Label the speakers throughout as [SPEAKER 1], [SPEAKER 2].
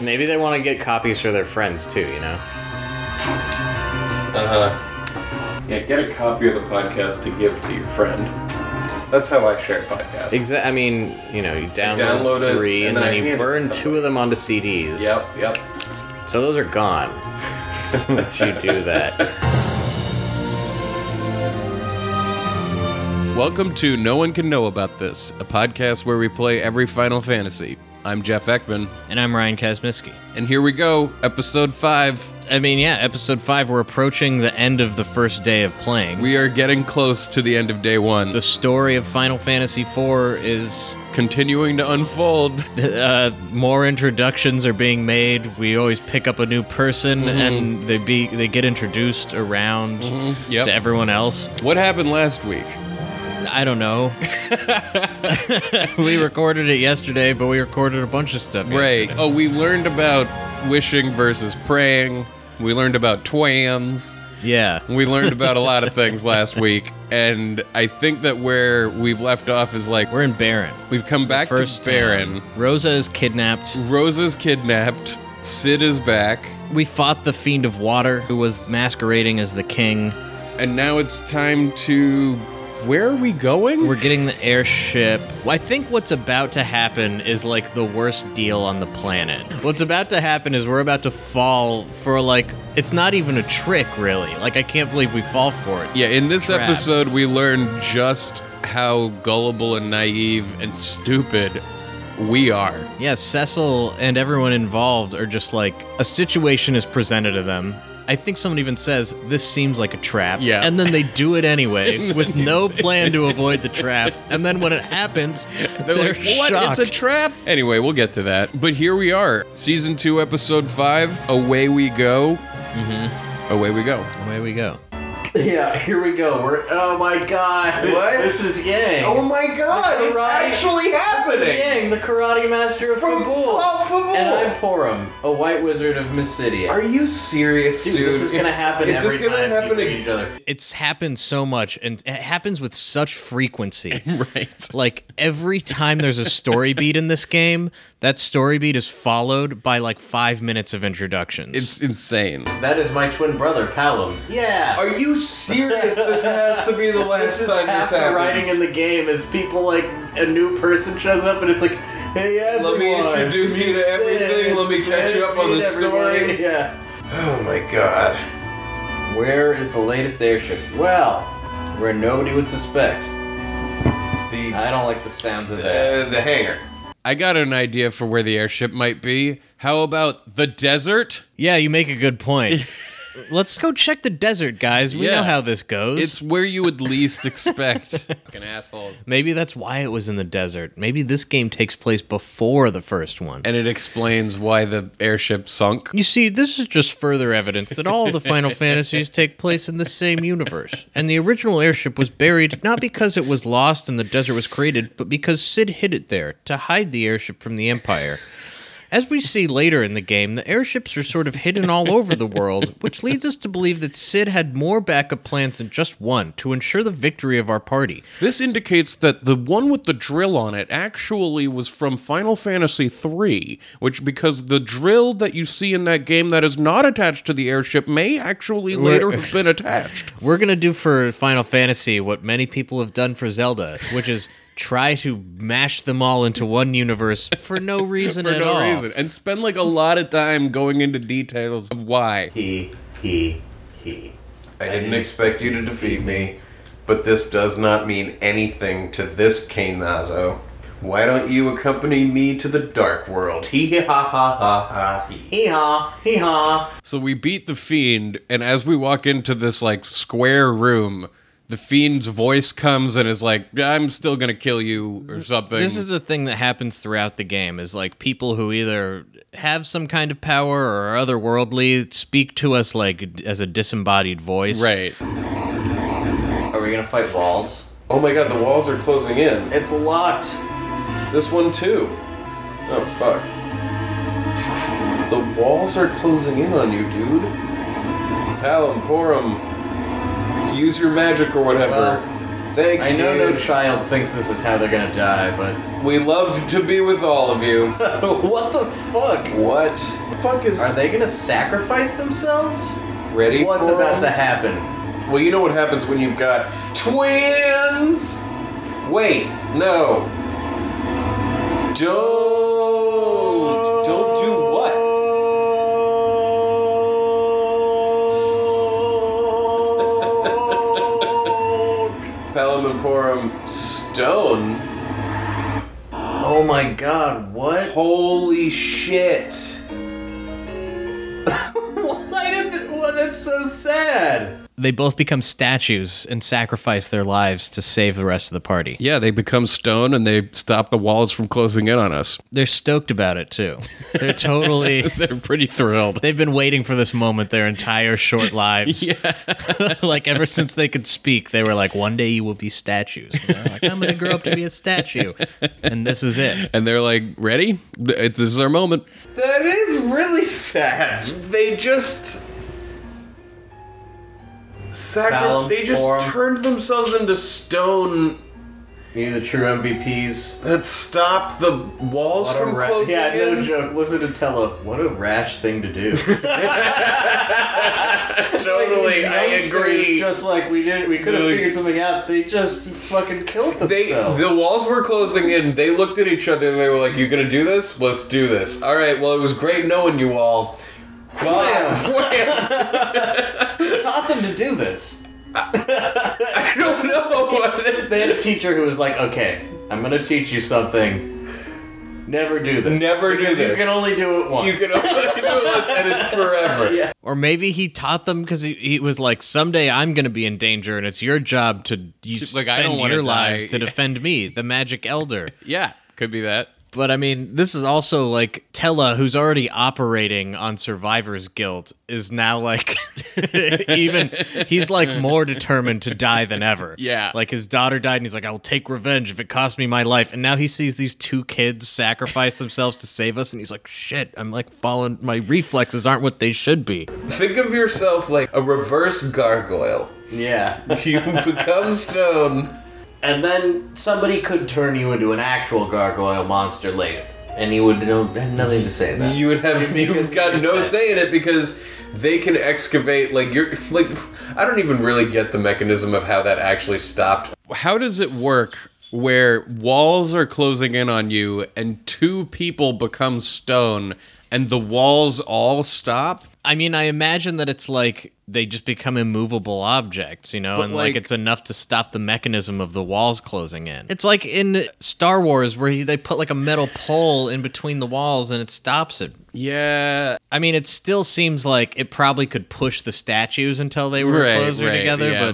[SPEAKER 1] Maybe they want to get copies for their friends too, you know?
[SPEAKER 2] Uh huh. Yeah, get a copy of the podcast to give to your friend. That's how I share podcasts.
[SPEAKER 1] Exa- I mean, you know, you download,
[SPEAKER 2] download it,
[SPEAKER 1] three and,
[SPEAKER 2] and then I
[SPEAKER 1] then,
[SPEAKER 2] hand it
[SPEAKER 1] you
[SPEAKER 2] to
[SPEAKER 1] burn
[SPEAKER 2] somebody.
[SPEAKER 1] two of them onto CDs.
[SPEAKER 2] Yep, yep.
[SPEAKER 1] So those are gone once you do that.
[SPEAKER 2] Welcome to No One Can Know About This, a podcast where we play every Final Fantasy. I'm Jeff Ekman,
[SPEAKER 3] And I'm Ryan Kazmiski.
[SPEAKER 2] and here we go, episode five.
[SPEAKER 3] I mean, yeah, episode five, we're approaching the end of the first day of playing.
[SPEAKER 2] We are getting close to the end of day one.
[SPEAKER 3] the story of Final Fantasy IV is
[SPEAKER 2] continuing to unfold.
[SPEAKER 3] uh, more introductions are being made. We always pick up a new person,
[SPEAKER 2] Mm-hmm.
[SPEAKER 3] and they be they get introduced around
[SPEAKER 2] Mm-hmm. Yep.
[SPEAKER 3] to everyone else.
[SPEAKER 2] What happened last week?
[SPEAKER 3] I don't know. we recorded it yesterday, but we recorded a bunch of stuff.
[SPEAKER 2] Right.
[SPEAKER 3] yesterday.
[SPEAKER 2] Oh, we learned about wishing versus praying. We learned about twans.
[SPEAKER 3] Yeah.
[SPEAKER 2] We learned about a lot of things last week. And I think that where we've left off is like
[SPEAKER 3] We're in Baron.
[SPEAKER 2] we've come back
[SPEAKER 3] First
[SPEAKER 2] to Baron.
[SPEAKER 3] town. Rosa is kidnapped.
[SPEAKER 2] Rosa's kidnapped. Sid is back.
[SPEAKER 3] We fought the Fiend of Water, who was masquerading as the king.
[SPEAKER 2] And now it's time to. Where are we going?
[SPEAKER 3] We're getting the airship. Well, I think what's about to happen is like the worst deal on the planet. What's about to happen is we're about to fall for like it's not even a trick really. Like I can't believe we fall for it.
[SPEAKER 2] yeah, in this
[SPEAKER 3] Crap.
[SPEAKER 2] episode, we learned just how gullible and naive and stupid we are.
[SPEAKER 3] Yeah, Cecil and everyone involved are just like a situation is presented to them. I think someone even says this seems like a trap.
[SPEAKER 2] Yeah.
[SPEAKER 3] And then they do it anyway with no plan to avoid the trap. And then when it happens, they're,
[SPEAKER 2] They're, like, what?
[SPEAKER 3] shocked.
[SPEAKER 2] It's a trap. Anyway, we'll get to that. But here we are, season two, episode five. Away we go. Mm-hmm. Away we go.
[SPEAKER 3] Away we go.
[SPEAKER 1] Yeah, here we go. We're oh my god.
[SPEAKER 4] What?
[SPEAKER 1] This is Yang.
[SPEAKER 2] Oh
[SPEAKER 4] my god,
[SPEAKER 1] it's actually This is Yang, the karate master of Fabul.
[SPEAKER 2] oh,
[SPEAKER 1] And I'm Porum, a white wizard of Mysidia.
[SPEAKER 4] Are you serious,
[SPEAKER 1] Dude,
[SPEAKER 4] dude?
[SPEAKER 1] this is gonna happen
[SPEAKER 4] Is
[SPEAKER 1] every
[SPEAKER 4] this gonna
[SPEAKER 1] time
[SPEAKER 4] happen
[SPEAKER 1] you
[SPEAKER 4] ag-
[SPEAKER 1] meet each other.
[SPEAKER 3] it's happened so much and it happens with such frequency.
[SPEAKER 2] Right.
[SPEAKER 3] like every time there's a story beat in this game, that story beat is followed by like five minutes of introductions.
[SPEAKER 2] It's insane.
[SPEAKER 1] That is my twin brother, Palom. Yeah.
[SPEAKER 4] Are you serious? This has to be the last
[SPEAKER 1] this is
[SPEAKER 4] time
[SPEAKER 1] half
[SPEAKER 4] this happens.
[SPEAKER 1] the writing in the game is people like a new person shows up and it's like, hey everyone.
[SPEAKER 4] Let me introduce you to
[SPEAKER 1] meet Sid,
[SPEAKER 4] everything. Let me
[SPEAKER 1] Sid
[SPEAKER 4] catch you up on
[SPEAKER 1] meet
[SPEAKER 4] the story."
[SPEAKER 1] everybody." Yeah.
[SPEAKER 4] oh my god.
[SPEAKER 1] Where is the latest airship? Well, where nobody would suspect.
[SPEAKER 4] The
[SPEAKER 1] I don't like the sounds of that.
[SPEAKER 4] uh, the hanger.
[SPEAKER 2] I got an idea for where the airship might be. How about the desert?
[SPEAKER 3] yeah, you make a good point. Let's go check the desert, guys. We
[SPEAKER 2] Yeah.
[SPEAKER 3] know how this goes.
[SPEAKER 2] It's where you would least expect. Fucking assholes.
[SPEAKER 3] Maybe that's why it was in the desert. Maybe this game takes place before the first one.
[SPEAKER 2] And it explains why the airship sunk.
[SPEAKER 3] You see, this is just further evidence that all the Final Fantasies take place in the same universe. And the original airship was buried not because it was lost and the desert was created, but because Sid hid it there to hide the airship from the Empire. As we see later in the game, the airships are sort of hidden all over the world, which leads us to believe that Sid had more backup plans than just one to ensure the victory of our party.
[SPEAKER 2] This indicates that the one with the drill on it actually was from Final Fantasy III, which because the drill that you see in that game that is not attached to the airship may actually later have been attached.
[SPEAKER 3] We're going to do for Final Fantasy what many people have done for Zelda, which is try to mash them all into one universe for no reason
[SPEAKER 2] For
[SPEAKER 3] at
[SPEAKER 2] no
[SPEAKER 3] all.
[SPEAKER 2] reason. And spend like a lot of time going into details of why.
[SPEAKER 1] He, he, he.
[SPEAKER 4] I didn't expect you to defeat me, but this does not mean anything to this Kainazo. Why don't you accompany me to the dark world? Hee ha ha ha ha hee.
[SPEAKER 1] Hee haw, hee haw.
[SPEAKER 2] So we beat the fiend, and as we walk into this like square room, the fiend's voice comes and is like, "I'm still gonna kill you" or something.
[SPEAKER 3] This is a thing that happens throughout the game is like people who either have some kind of power or are otherworldly speak to us like as a disembodied voice.
[SPEAKER 2] right.
[SPEAKER 1] Are we gonna fight balls?
[SPEAKER 4] Oh my god, the walls are closing in.
[SPEAKER 1] It's locked.
[SPEAKER 4] This one too. Oh fuck. The walls are closing in on you, dude. Palum, Porum, use your magic or whatever.
[SPEAKER 1] Well,
[SPEAKER 2] Thanks,
[SPEAKER 4] I know no
[SPEAKER 2] dude.
[SPEAKER 4] child thinks this is how they're gonna die, but
[SPEAKER 2] we love to be with all of you.
[SPEAKER 4] what the fuck?
[SPEAKER 2] what? Fuck is
[SPEAKER 4] Are they gonna sacrifice themselves?
[SPEAKER 2] ready?
[SPEAKER 4] What's
[SPEAKER 2] for
[SPEAKER 4] about to
[SPEAKER 2] 'em?
[SPEAKER 4] happen?
[SPEAKER 2] Well, you know what happens when you've got twins. Wait, no. Don't. Don't do what? Pelham and Purim stone.
[SPEAKER 4] Oh my god, what?
[SPEAKER 2] Holy shit.
[SPEAKER 4] Why did th- well, that's so sad?
[SPEAKER 3] They both become statues and sacrifice their lives to save the rest of the party.
[SPEAKER 5] Yeah, they become stone and they stop the walls from closing in on us.
[SPEAKER 3] They're stoked about it too. They're totally.
[SPEAKER 5] They're pretty thrilled.
[SPEAKER 3] They've been waiting for this moment their entire short lives.
[SPEAKER 5] Yeah.
[SPEAKER 3] like ever since they could speak, they were like, "One day you will be statues." And they're like, I'm gonna grow up to be a statue, and this is it.
[SPEAKER 5] And they're like, ready? Th- This is our moment.
[SPEAKER 2] That is really sad. They just. Sacri-
[SPEAKER 4] Balance
[SPEAKER 2] they just
[SPEAKER 4] form.
[SPEAKER 2] turned themselves into stone
[SPEAKER 4] You're the true MVPs.
[SPEAKER 2] that stopped the walls
[SPEAKER 4] What a
[SPEAKER 2] from
[SPEAKER 4] ra-
[SPEAKER 2] closing.
[SPEAKER 4] yeah, no
[SPEAKER 2] in.
[SPEAKER 4] joke. Listen to Tella. What a rash thing to do.
[SPEAKER 2] totally. I
[SPEAKER 4] Youngsters,
[SPEAKER 2] agree.
[SPEAKER 4] Just like we did, we could have
[SPEAKER 2] Dude.
[SPEAKER 4] figured something out. They just fucking killed
[SPEAKER 2] They
[SPEAKER 4] themselves.
[SPEAKER 2] the walls were closing in. They looked at each other and they were like, "You gonna do this? Let's do this." All right. Well, it was great knowing you all. Wham! Wham!
[SPEAKER 4] taught them to do this.
[SPEAKER 2] I don't know.
[SPEAKER 4] They had a teacher who was like, "Okay, I'm gonna teach you something. Never do this.
[SPEAKER 2] Never do
[SPEAKER 4] because You
[SPEAKER 2] this.
[SPEAKER 4] can only do it once.
[SPEAKER 2] you can only do it once, and it's forever.
[SPEAKER 4] Yeah.
[SPEAKER 3] Or maybe he taught them because he, he was like, "Someday I'm gonna be in danger, and it's your job to you
[SPEAKER 5] Like,
[SPEAKER 3] spend
[SPEAKER 5] I don't wanna
[SPEAKER 3] your
[SPEAKER 5] die."
[SPEAKER 3] lives to defend me, the Magic Elder."
[SPEAKER 5] Yeah, could be that.
[SPEAKER 3] But I mean, this is also like Tella, who's already operating on Survivor's Guilt, is now like even he's like more determined to die than ever.
[SPEAKER 5] Yeah.
[SPEAKER 3] Like his daughter died and he's like, I'll take revenge if it costs me my life. And now he sees these two kids sacrifice themselves to save us and he's like, shit, I'm like falling my reflexes aren't what they should be.
[SPEAKER 2] Think of yourself like a reverse gargoyle.
[SPEAKER 4] Yeah.
[SPEAKER 2] You become stone.
[SPEAKER 4] and then somebody could turn you into an actual gargoyle monster later, and he would know, have nothing to say about. it.
[SPEAKER 2] You would have
[SPEAKER 4] Because
[SPEAKER 2] you've got
[SPEAKER 4] it's
[SPEAKER 2] no
[SPEAKER 4] that-
[SPEAKER 2] say in it because they can excavate like you're like I don't even really get the mechanism of how that actually stopped.
[SPEAKER 5] How does it work where walls are closing in on you and two people become stone and the walls all stop?
[SPEAKER 3] I mean, I imagine that it's like they just become immovable objects, you know, and like,
[SPEAKER 5] like-
[SPEAKER 3] it's enough to stop the mechanism of the walls closing in. It's like in Star Wars where you- they put like a metal pole in between the walls and it stops it.
[SPEAKER 5] Yeah.
[SPEAKER 3] I mean, it still seems like it probably could push the statues until they were
[SPEAKER 5] right,
[SPEAKER 3] closer
[SPEAKER 5] right,
[SPEAKER 3] together,
[SPEAKER 5] yeah,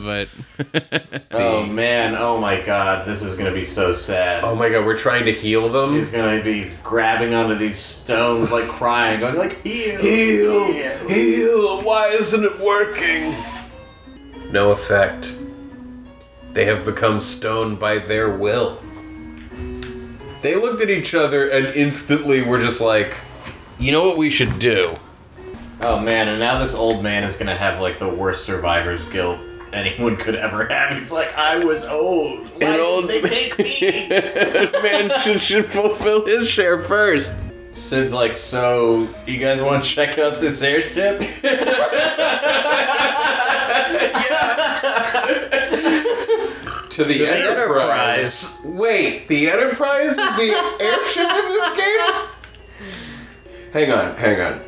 [SPEAKER 3] but,
[SPEAKER 4] Oh man. Oh my god. This is gonna be so sad.
[SPEAKER 2] Oh my god, we're trying to heal
[SPEAKER 4] He's
[SPEAKER 2] them.
[SPEAKER 4] gonna be grabbing onto these stones, like crying, going like, "Heal,
[SPEAKER 2] Heal, heal. Why isn't it working? No effect. They have become stone by their will. They looked at each other and instantly were just like, "You know what we should do."
[SPEAKER 4] Oh man, and now this old man is gonna have like the worst survivor's guilt anyone could ever have. He's like, I was old. Why did
[SPEAKER 2] old-
[SPEAKER 4] they take me?
[SPEAKER 2] Man should, should fulfill his share first.
[SPEAKER 4] Sid's like, so you guys want to check out this airship?
[SPEAKER 2] To the, Enterprise. Wait, the Enterprise is the airship in this game? Hang on, hang on.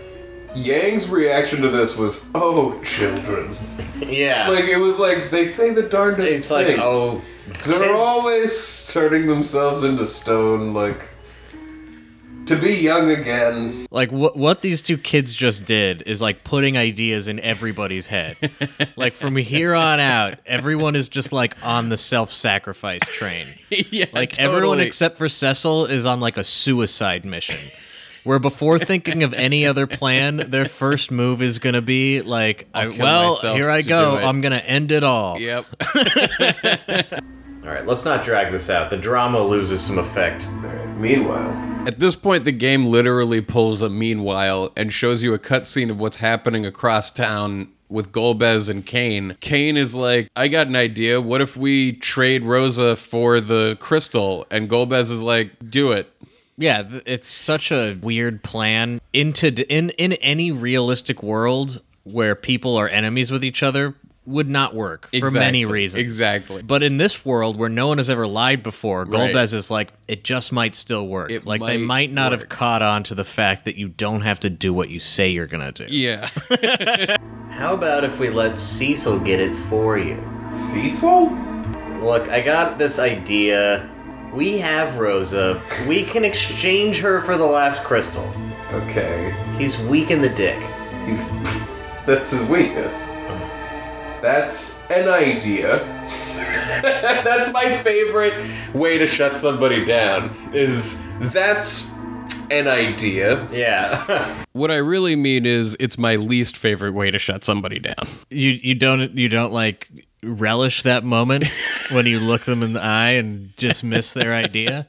[SPEAKER 2] Yang's reaction to this was, "Oh, children!"
[SPEAKER 4] yeah.
[SPEAKER 2] Like it was like they say the darndest
[SPEAKER 4] it's like,
[SPEAKER 2] things.
[SPEAKER 4] oh,
[SPEAKER 2] they're
[SPEAKER 4] kids.
[SPEAKER 2] always turning themselves into stone. Like to be young again.
[SPEAKER 3] like what what these two kids just did is like putting ideas in everybody's head. like from here on out, everyone is just like on the self-sacrifice train.
[SPEAKER 5] but yeah,
[SPEAKER 3] Like everyone
[SPEAKER 5] totally.
[SPEAKER 3] except for Cecil is on like a suicide mission. Where before thinking of any other plan, their first move is gonna be like, I,
[SPEAKER 5] kill
[SPEAKER 3] "Well,
[SPEAKER 5] myself
[SPEAKER 3] here I
[SPEAKER 5] to
[SPEAKER 3] go.
[SPEAKER 5] do it."
[SPEAKER 3] I'm gonna end it all."
[SPEAKER 5] Yep.
[SPEAKER 4] All right, let's not drag this out. The drama loses some effect.
[SPEAKER 2] Meanwhile,
[SPEAKER 5] At this point, the game literally pulls a meanwhile and shows you a cutscene of what's happening across town
[SPEAKER 2] with Golbez and Kane, Kane is like, I got an idea. What if we trade Rosa for the crystal? And Golbez is like, do it.
[SPEAKER 3] Yeah, th- it's such a weird plan. Into d- in in any realistic world where people are enemies with each other would not work for
[SPEAKER 2] Exactly,
[SPEAKER 3] many reasons.
[SPEAKER 2] exactly.
[SPEAKER 3] But in this world where no one has ever lied before,
[SPEAKER 2] Right.
[SPEAKER 3] Golbez is like, it just might still work.
[SPEAKER 2] It
[SPEAKER 3] like they
[SPEAKER 2] might
[SPEAKER 3] might not have
[SPEAKER 2] work.
[SPEAKER 3] caught on to the fact that you don't have to do what you say you're gonna do.
[SPEAKER 2] Yeah.
[SPEAKER 4] How about if we let Cecil get it for you?
[SPEAKER 6] Cecil?
[SPEAKER 4] Look, I got this idea. We have Rosa. We can exchange her for the last crystal.
[SPEAKER 6] Okay.
[SPEAKER 4] He's weak in the dick.
[SPEAKER 6] He's. That's his weakness. That's an idea. that's my favorite way to shut somebody down. Is that's an idea.
[SPEAKER 4] Yeah.
[SPEAKER 2] what I really mean is, it's my least favorite way to shut somebody down.
[SPEAKER 3] You you don't you don't like relish that moment when you look them in the eye and dismiss their idea.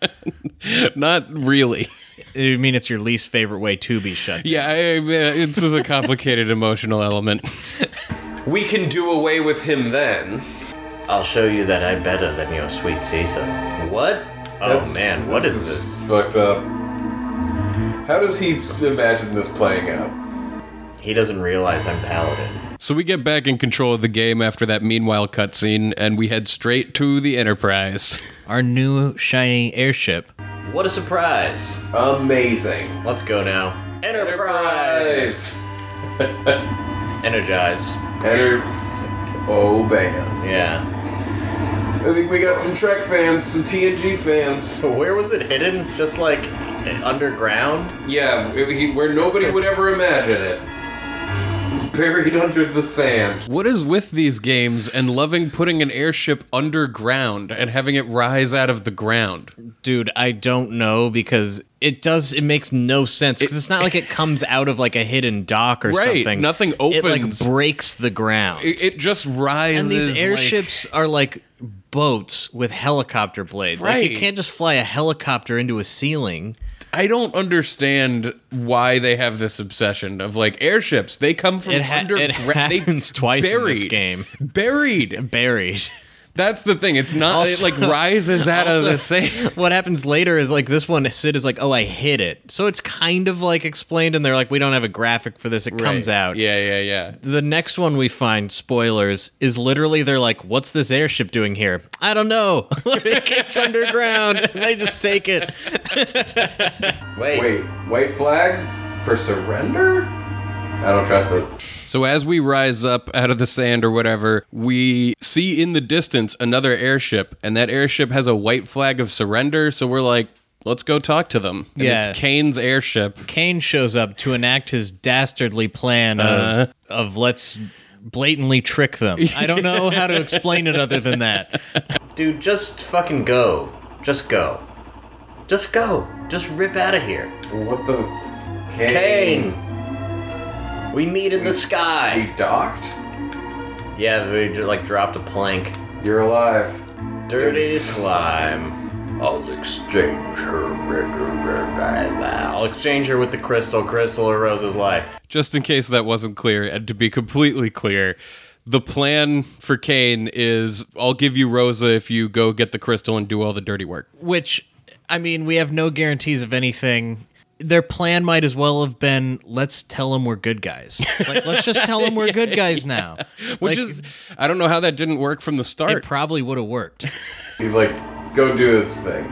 [SPEAKER 2] Not really.
[SPEAKER 3] I mean, it's your least favorite way to be shut.
[SPEAKER 2] Yeah, I, I- it's just a complicated emotional element.
[SPEAKER 6] We can do away with him then.
[SPEAKER 4] I'll show you that I'm better than your sweet Cecil. What? oh
[SPEAKER 6] That's-
[SPEAKER 4] man, what is this?
[SPEAKER 6] Fucked up. How does he imagine this playing out?
[SPEAKER 4] He doesn't realize I'm paladin.
[SPEAKER 2] So we get back in control of the game after that meanwhile cutscene, and we head straight to the Enterprise.
[SPEAKER 3] Our new shiny airship.
[SPEAKER 4] What a surprise!
[SPEAKER 6] Amazing.
[SPEAKER 4] Let's go now. Enterprise! Energize.
[SPEAKER 6] Enter. Oh, bam.
[SPEAKER 4] Yeah.
[SPEAKER 6] I think we got some Trek fans, some TNG fans.
[SPEAKER 4] But where was it hidden? Just like underground?
[SPEAKER 6] Yeah, he- where nobody would ever imagine it. Buried under the sand.
[SPEAKER 2] What is with these games and loving putting an airship underground and having it rise out of the ground?
[SPEAKER 3] Dude, I don't know because it does. It makes no sense because it's not like it comes out of like a hidden dock or
[SPEAKER 2] Right,
[SPEAKER 3] something.
[SPEAKER 2] nothing
[SPEAKER 3] It like
[SPEAKER 2] opens.
[SPEAKER 3] breaks the ground.
[SPEAKER 2] It, it just rises.
[SPEAKER 3] and these
[SPEAKER 2] like-
[SPEAKER 3] airships are like boats with helicopter blades. Like you
[SPEAKER 2] Right.
[SPEAKER 3] can't just fly a helicopter into a ceiling.
[SPEAKER 2] I don't understand why they have this obsession of like airships. They come from
[SPEAKER 3] It, ha-
[SPEAKER 2] underground.
[SPEAKER 3] it happens twice in this game.
[SPEAKER 2] Buried.
[SPEAKER 3] Buried.
[SPEAKER 2] That's the thing. It's not
[SPEAKER 3] Also-
[SPEAKER 2] it like rises out of
[SPEAKER 3] Also,
[SPEAKER 2] the sand.
[SPEAKER 3] What happens later is like this one, Sid is like, oh, I hit it. So it's kind of like explained, and they're like, we don't have a graphic for this. It comes
[SPEAKER 2] Right.
[SPEAKER 3] out.
[SPEAKER 2] Yeah, yeah, yeah.
[SPEAKER 3] The next one we find, spoilers, is literally they're like, what's this airship doing here? I don't know. it gets underground, and they just take it.
[SPEAKER 4] Wait.
[SPEAKER 6] Wait, white flag for surrender? I don't trust it.
[SPEAKER 2] So as we rise up out of the sand or whatever, we see in the distance another airship, and that airship has a white flag of surrender. So we're like, let's go talk to them. And
[SPEAKER 3] Yeah.
[SPEAKER 2] it's Kane's airship.
[SPEAKER 3] Kane shows up to enact his dastardly plan of,
[SPEAKER 6] Uh-huh.
[SPEAKER 3] of let's blatantly trick them. I don't know how to explain it other than that.
[SPEAKER 4] Dude, just fucking go. Just go. Just go. Just rip out of here.
[SPEAKER 6] What the?
[SPEAKER 4] Kane! We meet in the
[SPEAKER 6] We
[SPEAKER 4] sky.
[SPEAKER 6] docked?
[SPEAKER 4] Yeah, we ju- like dropped a plank.
[SPEAKER 6] You're alive.
[SPEAKER 4] Dirty slime. I'll exchange her. I'll exchange her with the crystal. Crystal or Rose's life.
[SPEAKER 2] Just in case that wasn't clear, and to be completely clear, the plan for Kane is I'll give you Rosa if you go get the crystal and do all the dirty work.
[SPEAKER 3] Which, I mean, we have no guarantees of anything. Their plan might as well have been let's tell them we're good guys. Like, let's just tell them we're good guys now. Like,
[SPEAKER 2] Which is, I don't know how that didn't work from the
[SPEAKER 3] it
[SPEAKER 2] start.
[SPEAKER 3] probably would have worked.
[SPEAKER 6] He's like, go do this thing.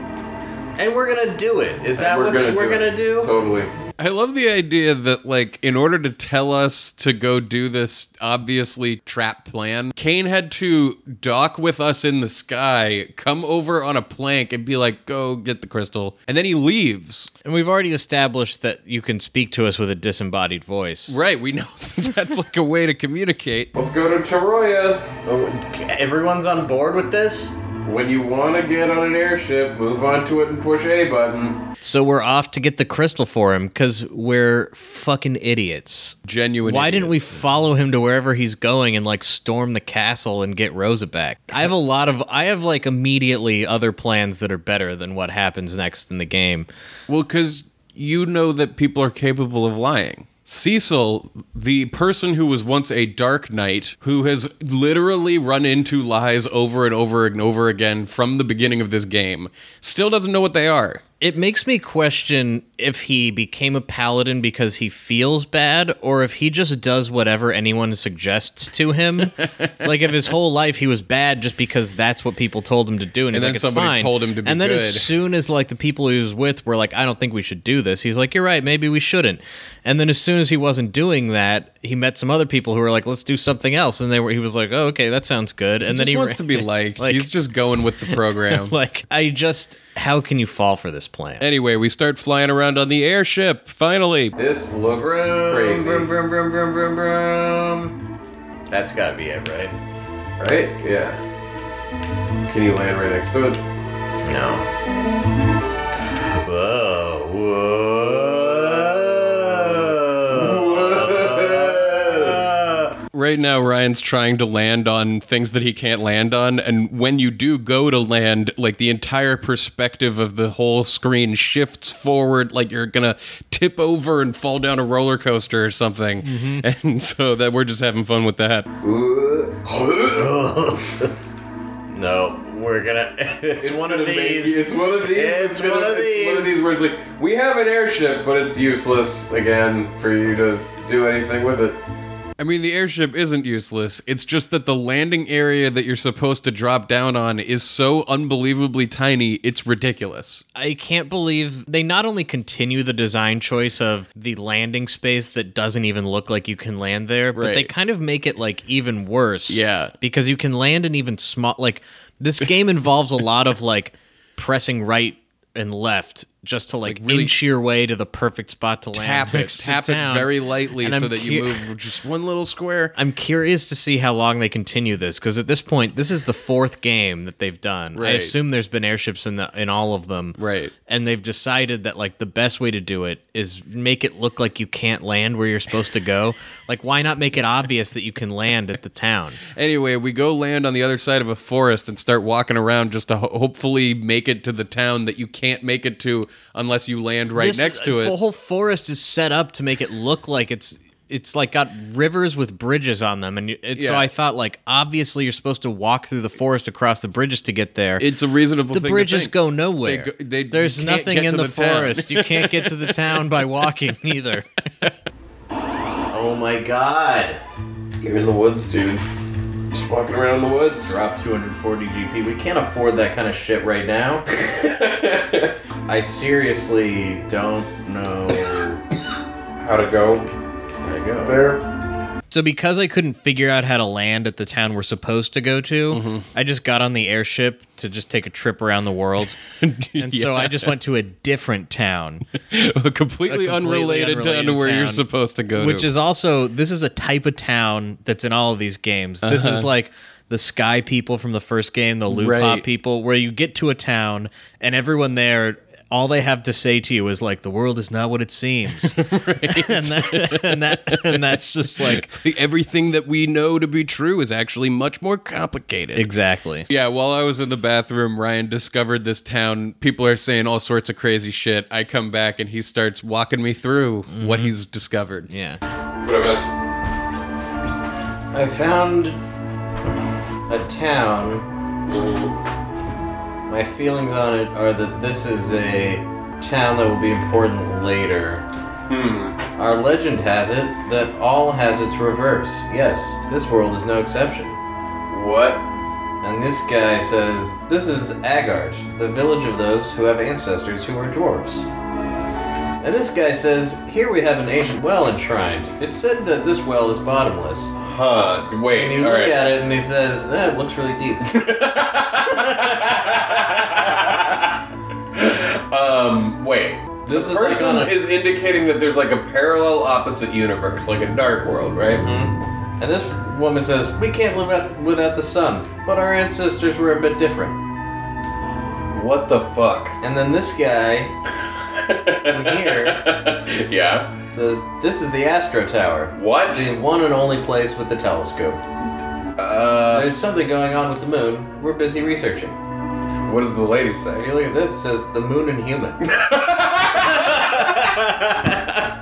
[SPEAKER 4] And we're gonna do it. Is that
[SPEAKER 6] We're
[SPEAKER 4] what
[SPEAKER 6] gonna
[SPEAKER 4] we're
[SPEAKER 6] do it.
[SPEAKER 4] gonna do?
[SPEAKER 6] Totally.
[SPEAKER 2] I love the idea that, like, in order to tell us to go do this obviously trap plan, Kane had to dock with us in the sky, come over on a plank, and be like, go get the crystal. And then he leaves.
[SPEAKER 3] And we've already established that you can speak to us with a disembodied voice.
[SPEAKER 2] Right. We know that that's like a way to communicate.
[SPEAKER 6] Let's go to Taroya. Oh,
[SPEAKER 4] Everyone's on board with this?
[SPEAKER 6] When you want to get on an airship, move onto it and push A button.
[SPEAKER 3] So we're off to get the crystal for him because we're fucking idiots.
[SPEAKER 2] Genuine.
[SPEAKER 3] Why didn't we
[SPEAKER 2] idiots.
[SPEAKER 3] follow him to wherever he's going and like storm the castle and get Rosa back? I have a lot of I have like immediately other plans that are better than what happens next in the game.
[SPEAKER 2] Well, because you know that people are capable of lying. Cecil, the person who was once a dark knight, who has literally run into lies over and over and over again from the beginning of this game, still doesn't know what they are.
[SPEAKER 3] It makes me question if he became a paladin because he feels bad or if he just does whatever anyone suggests to him. like if his whole life he was bad just because that's what people told him to do and, he's
[SPEAKER 2] then
[SPEAKER 3] like, "It's
[SPEAKER 2] somebody
[SPEAKER 3] fine."
[SPEAKER 2] told him to be
[SPEAKER 3] And then
[SPEAKER 2] good.
[SPEAKER 3] as soon as like the people he was with were like, "I don't think we should do this." He's like, "You're right, maybe we shouldn't." And then as soon as he wasn't doing that, he met some other people who were like, "Let's do something else." And they were he was like, "Oh, okay, that sounds good." And
[SPEAKER 2] And
[SPEAKER 3] then
[SPEAKER 2] he
[SPEAKER 3] he
[SPEAKER 2] just wants
[SPEAKER 3] ra-
[SPEAKER 2] to be liked.
[SPEAKER 3] Like-
[SPEAKER 2] He's just going with the program.
[SPEAKER 3] like I just how can you fall for this plan?
[SPEAKER 2] anyway, we start flying around on the airship, finally.
[SPEAKER 7] This looks
[SPEAKER 4] Vroom,
[SPEAKER 7] crazy.
[SPEAKER 4] vroom, vroom, vroom, vroom, vroom, vroom. That's gotta be it, right?
[SPEAKER 7] Right? Yeah. Can you land right next to it?
[SPEAKER 4] No. Whoa. Whoa.
[SPEAKER 2] Right now, Ryan's trying to land on things that he can't land on, and when you do go to land, like the entire perspective of the whole screen shifts forward, like you're gonna tip over and fall down a roller coaster or something. And so that we're just having fun with that.
[SPEAKER 4] no, we're gonna. It's, one of
[SPEAKER 7] gonna make-
[SPEAKER 4] these.
[SPEAKER 7] it's one of these.
[SPEAKER 4] It's one
[SPEAKER 7] it's
[SPEAKER 4] of
[SPEAKER 7] one of
[SPEAKER 4] these.
[SPEAKER 7] these words like we have an airship, but it's useless again for you to do anything with it.
[SPEAKER 2] I mean, the airship isn't useless. It's just that the landing area that you're supposed to drop down on is so unbelievably tiny, it's ridiculous.
[SPEAKER 3] I can't believe they not only continue the design choice of the landing space that doesn't even look like you can land there, but they
[SPEAKER 2] Right.
[SPEAKER 3] kind of make it like even worse.
[SPEAKER 2] Yeah.
[SPEAKER 3] Because you can land in even small like this game involves a lot of like pressing right and left just to like,
[SPEAKER 2] really
[SPEAKER 3] inch your way to the perfect spot to land.
[SPEAKER 2] Tap it,
[SPEAKER 3] next to
[SPEAKER 2] tap it
[SPEAKER 3] town.
[SPEAKER 2] very lightly
[SPEAKER 3] And
[SPEAKER 2] so
[SPEAKER 3] I'm
[SPEAKER 2] that
[SPEAKER 3] cu-
[SPEAKER 2] you move just one little square.
[SPEAKER 3] I'm curious to see how long they continue this because at this point, this is the fourth game that they've done. I
[SPEAKER 2] Right.
[SPEAKER 3] assume there's been airships in the in all of them,
[SPEAKER 2] Right.
[SPEAKER 3] And they've decided that like the best way to do it is make it look like you can't land where you're supposed to go. like, why not make it obvious that you can land at the town?
[SPEAKER 2] Anyway, we go land on the other side of a forest and start walking around just to ho- hopefully make it to the town that you can't make it to unless you land right
[SPEAKER 3] This-
[SPEAKER 2] next to
[SPEAKER 3] The
[SPEAKER 2] it.
[SPEAKER 3] whole forest is set up to make it look like it's. It's like got rivers with bridges on them, and you- it, so
[SPEAKER 2] Yeah.
[SPEAKER 3] I thought like obviously you're supposed to walk through the forest across the bridges to get there.
[SPEAKER 2] It's a reasonable
[SPEAKER 3] the
[SPEAKER 2] thing.
[SPEAKER 3] bridges
[SPEAKER 2] to think.
[SPEAKER 3] go nowhere.
[SPEAKER 2] They go- they- you
[SPEAKER 3] There's
[SPEAKER 2] can't
[SPEAKER 3] nothing
[SPEAKER 2] get
[SPEAKER 3] in
[SPEAKER 2] to
[SPEAKER 3] the,
[SPEAKER 2] the town.
[SPEAKER 3] forest. you can't get to the town by walking either.
[SPEAKER 4] Oh my god.
[SPEAKER 7] You're in the woods, dude. Just walking around in the woods.
[SPEAKER 4] Drop 240 GP. We can't afford that kind of shit right now. I seriously don't know where
[SPEAKER 7] How to go
[SPEAKER 4] to go.
[SPEAKER 7] there?
[SPEAKER 3] So because I couldn't figure out how to land at the town we're supposed to go to,
[SPEAKER 2] Mm-hmm.
[SPEAKER 3] I just got on the airship to just take a trip around the world. and so I just went to a different town,
[SPEAKER 2] completely, unrelated,
[SPEAKER 3] unrelated
[SPEAKER 2] to where you're
[SPEAKER 3] town,
[SPEAKER 2] supposed to go.
[SPEAKER 3] which
[SPEAKER 2] to.
[SPEAKER 3] is also this is a type of town that's in all of these games. This
[SPEAKER 2] Uh-huh.
[SPEAKER 3] is like the sky people from the first game, the loop
[SPEAKER 2] Right.
[SPEAKER 3] hop people where you get to a town and everyone there all they have to say to you is like the world is not what it seems. and, that, and that and that's just like
[SPEAKER 2] everything that we know to be true is actually much more complicated.
[SPEAKER 3] exactly.
[SPEAKER 2] Yeah, while I was in the bathroom, Ryan discovered this town. People are saying all sorts of crazy shit. I come back and he starts walking me through what
[SPEAKER 3] Mm-hmm.
[SPEAKER 2] he's discovered.
[SPEAKER 3] Yeah.
[SPEAKER 7] What I miss?
[SPEAKER 4] I found a town. My feelings on it are that this is a town that will be important later.
[SPEAKER 7] Hmm.
[SPEAKER 4] Our legend has it that all has its reverse. Yes, this world is no exception.
[SPEAKER 7] What?
[SPEAKER 4] And this guy says, This is Agard, the village of those who have ancestors who were dwarfs. And this guy says, Here we have an ancient well enshrined. It's said that this well is bottomless.
[SPEAKER 7] Huh?
[SPEAKER 4] And
[SPEAKER 7] Wait.
[SPEAKER 4] you
[SPEAKER 7] All
[SPEAKER 4] look
[SPEAKER 7] right.
[SPEAKER 4] at it and he says, eh, it looks really deep.
[SPEAKER 7] Um. Wait.
[SPEAKER 4] This is like
[SPEAKER 7] Person
[SPEAKER 4] on a,
[SPEAKER 7] is indicating that there's like a parallel opposite universe, like a dark world, right?
[SPEAKER 4] and this woman says, we can't live out without the sun, but our ancestors were a bit different.
[SPEAKER 7] What the fuck?
[SPEAKER 4] And then this guy from here
[SPEAKER 7] yeah.
[SPEAKER 4] says, this is the Astro Tower.
[SPEAKER 7] What?
[SPEAKER 4] The one and only place with the telescope.
[SPEAKER 7] Uh,
[SPEAKER 4] There's something going on with the moon. We're busy researching.
[SPEAKER 7] what does the lady
[SPEAKER 4] If
[SPEAKER 7] say?
[SPEAKER 4] you look at this, it says the moon and human.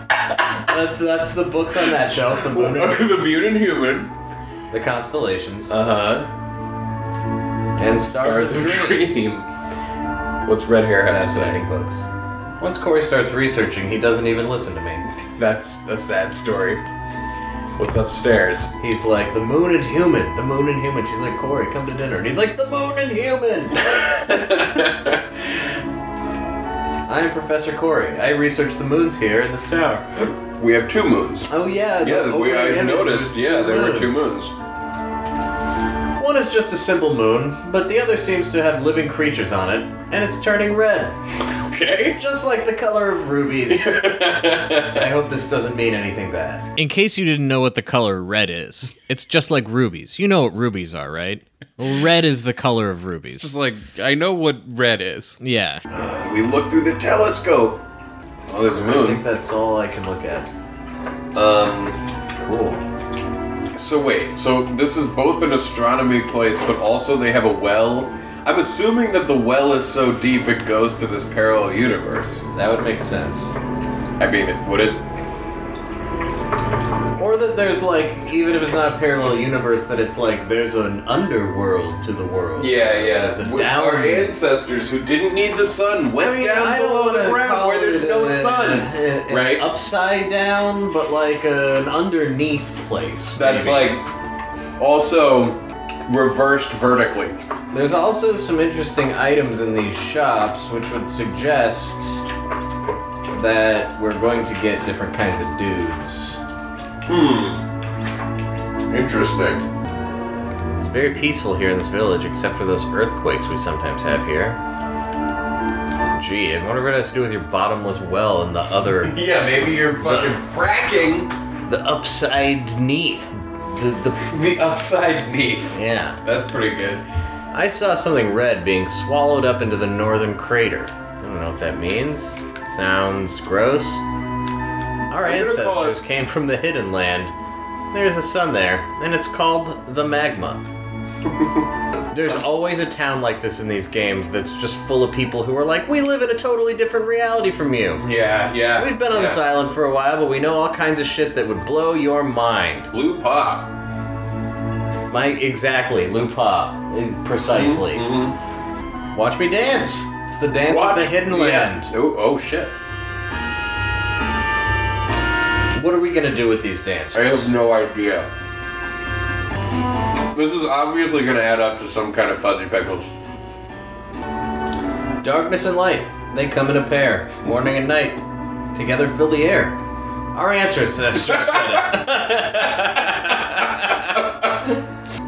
[SPEAKER 4] that's that's the books on that shelf. The moon, and-
[SPEAKER 2] the mutant human.
[SPEAKER 4] the constellations,
[SPEAKER 2] Uh huh.
[SPEAKER 4] Uh-huh. and stars,
[SPEAKER 2] Stars
[SPEAKER 4] of
[SPEAKER 2] of
[SPEAKER 4] dream.
[SPEAKER 2] Dream. What's red hair have to
[SPEAKER 4] Fascinating
[SPEAKER 2] say?
[SPEAKER 4] books. Once Corey starts researching, he doesn't even listen to me.
[SPEAKER 2] That's a sad story. What's upstairs?
[SPEAKER 4] He's like, the moon and human, the moon and human. She's like, Corey, come to dinner. And he's like, the moon and human. I'm Professor Corey. I research the moons here in this tower.
[SPEAKER 2] we have two moons.
[SPEAKER 4] Oh yeah, the
[SPEAKER 2] Yeah, we
[SPEAKER 4] Oakland
[SPEAKER 2] I
[SPEAKER 4] Avenue
[SPEAKER 2] noticed.
[SPEAKER 4] was
[SPEAKER 2] Yeah, there were two moons.
[SPEAKER 4] One is just a simple moon, but the other seems to have living creatures on it, and it's turning red,
[SPEAKER 2] Okay.
[SPEAKER 4] just like the color of rubies. I hope this doesn't mean anything bad.
[SPEAKER 3] In case you didn't know what the color red is, it's just like rubies. You know what rubies are, right? Red is the color of rubies.
[SPEAKER 8] Just like I know what red is.
[SPEAKER 3] yeah.
[SPEAKER 2] We look through the telescope. Oh, there's a
[SPEAKER 4] I think
[SPEAKER 2] moon.
[SPEAKER 4] that's all I can look at.
[SPEAKER 2] Um.
[SPEAKER 4] Cool.
[SPEAKER 2] So wait. So this is both an astronomy place, but also they have a well. I'm assuming that the well is so deep it goes to this parallel universe.
[SPEAKER 4] That would make sense.
[SPEAKER 2] I mean, it would it?
[SPEAKER 4] Or that there's like, even if it's not a parallel universe, that it's like there's an underworld to the world. There's a
[SPEAKER 2] With Our
[SPEAKER 4] down.
[SPEAKER 2] ancestors who didn't need the sun went
[SPEAKER 4] I mean,
[SPEAKER 2] down
[SPEAKER 4] I don't
[SPEAKER 2] below
[SPEAKER 4] want
[SPEAKER 2] the
[SPEAKER 4] to
[SPEAKER 2] ground
[SPEAKER 4] call
[SPEAKER 2] where there's
[SPEAKER 4] it
[SPEAKER 2] no
[SPEAKER 4] a-
[SPEAKER 2] sun.
[SPEAKER 4] a- a-
[SPEAKER 2] right?
[SPEAKER 4] upside down, but like an underneath place.
[SPEAKER 2] That's
[SPEAKER 4] maybe.
[SPEAKER 2] like also reversed vertically.
[SPEAKER 4] There's also some interesting items in these shops, which would suggest that we're going to get different kinds of dudes.
[SPEAKER 2] Interesting.
[SPEAKER 4] It's very peaceful here in this village, except for those earthquakes we sometimes have here. Gee, I wonder what it has to do with your bottomless well and the other,
[SPEAKER 2] Yeah, maybe you're fucking fracking
[SPEAKER 4] the upside neath, the the.
[SPEAKER 2] the upside neath.
[SPEAKER 4] Yeah.
[SPEAKER 2] That's pretty good.
[SPEAKER 4] I saw something red being swallowed up into the northern crater. I don't know what that means. Sounds gross. Our
[SPEAKER 2] I'm gonna call
[SPEAKER 4] ancestors came from the hidden land. There's a sun there, and it's called the magma. There's always a town like this in these games that's just full of people who are like, we live in a totally different reality from you.
[SPEAKER 2] Yeah, yeah.
[SPEAKER 4] We've been on this
[SPEAKER 2] yeah.
[SPEAKER 4] island for a while, but we know all kinds of shit that would blow your mind.
[SPEAKER 2] Blue pop.
[SPEAKER 4] My exactly, Lupa, precisely.
[SPEAKER 2] Mhm.
[SPEAKER 4] Watch me dance. It's the dance
[SPEAKER 2] Watch-
[SPEAKER 4] of the hidden
[SPEAKER 2] yeah.
[SPEAKER 4] land.
[SPEAKER 2] Oh, oh shit.
[SPEAKER 4] What are we gonna do with these dancers?
[SPEAKER 2] I have no idea. This is obviously going to add up to some kind of fuzzy pickles.
[SPEAKER 4] Darkness and light, they come in a pair, morning and night. Together fill the air. Our ancestors said it.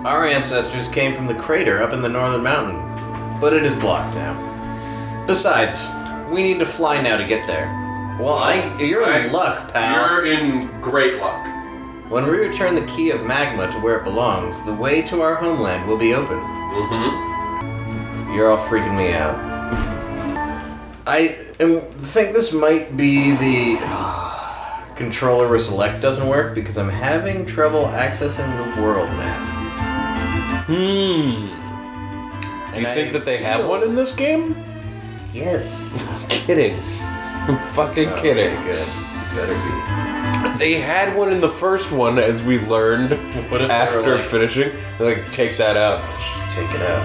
[SPEAKER 4] Our ancestors came from the crater up in the northern mountain, but it is blocked now. Besides, we need to fly now to get there. Well, I you're
[SPEAKER 2] I-
[SPEAKER 4] in luck, pal.
[SPEAKER 2] You're in great luck.
[SPEAKER 4] When we return the key of magma to where it belongs, the way to our homeland will be open.
[SPEAKER 2] Mm-hmm.
[SPEAKER 4] You're all freaking me out. I am, think this might be the controller where select doesn't work because I'm having trouble accessing the world map.
[SPEAKER 8] Hmm.
[SPEAKER 4] And
[SPEAKER 2] Do you
[SPEAKER 4] I
[SPEAKER 2] think that they have
[SPEAKER 4] feel-
[SPEAKER 2] one in this game?
[SPEAKER 4] Yes.
[SPEAKER 2] kidding. I'm fucking
[SPEAKER 4] Okay,
[SPEAKER 2] kidding.
[SPEAKER 4] good. Better be.
[SPEAKER 2] They had one in the first one, as we learned
[SPEAKER 4] What if they
[SPEAKER 2] after
[SPEAKER 4] were like-
[SPEAKER 2] finishing. They're Like, take that out.
[SPEAKER 4] Just take it out.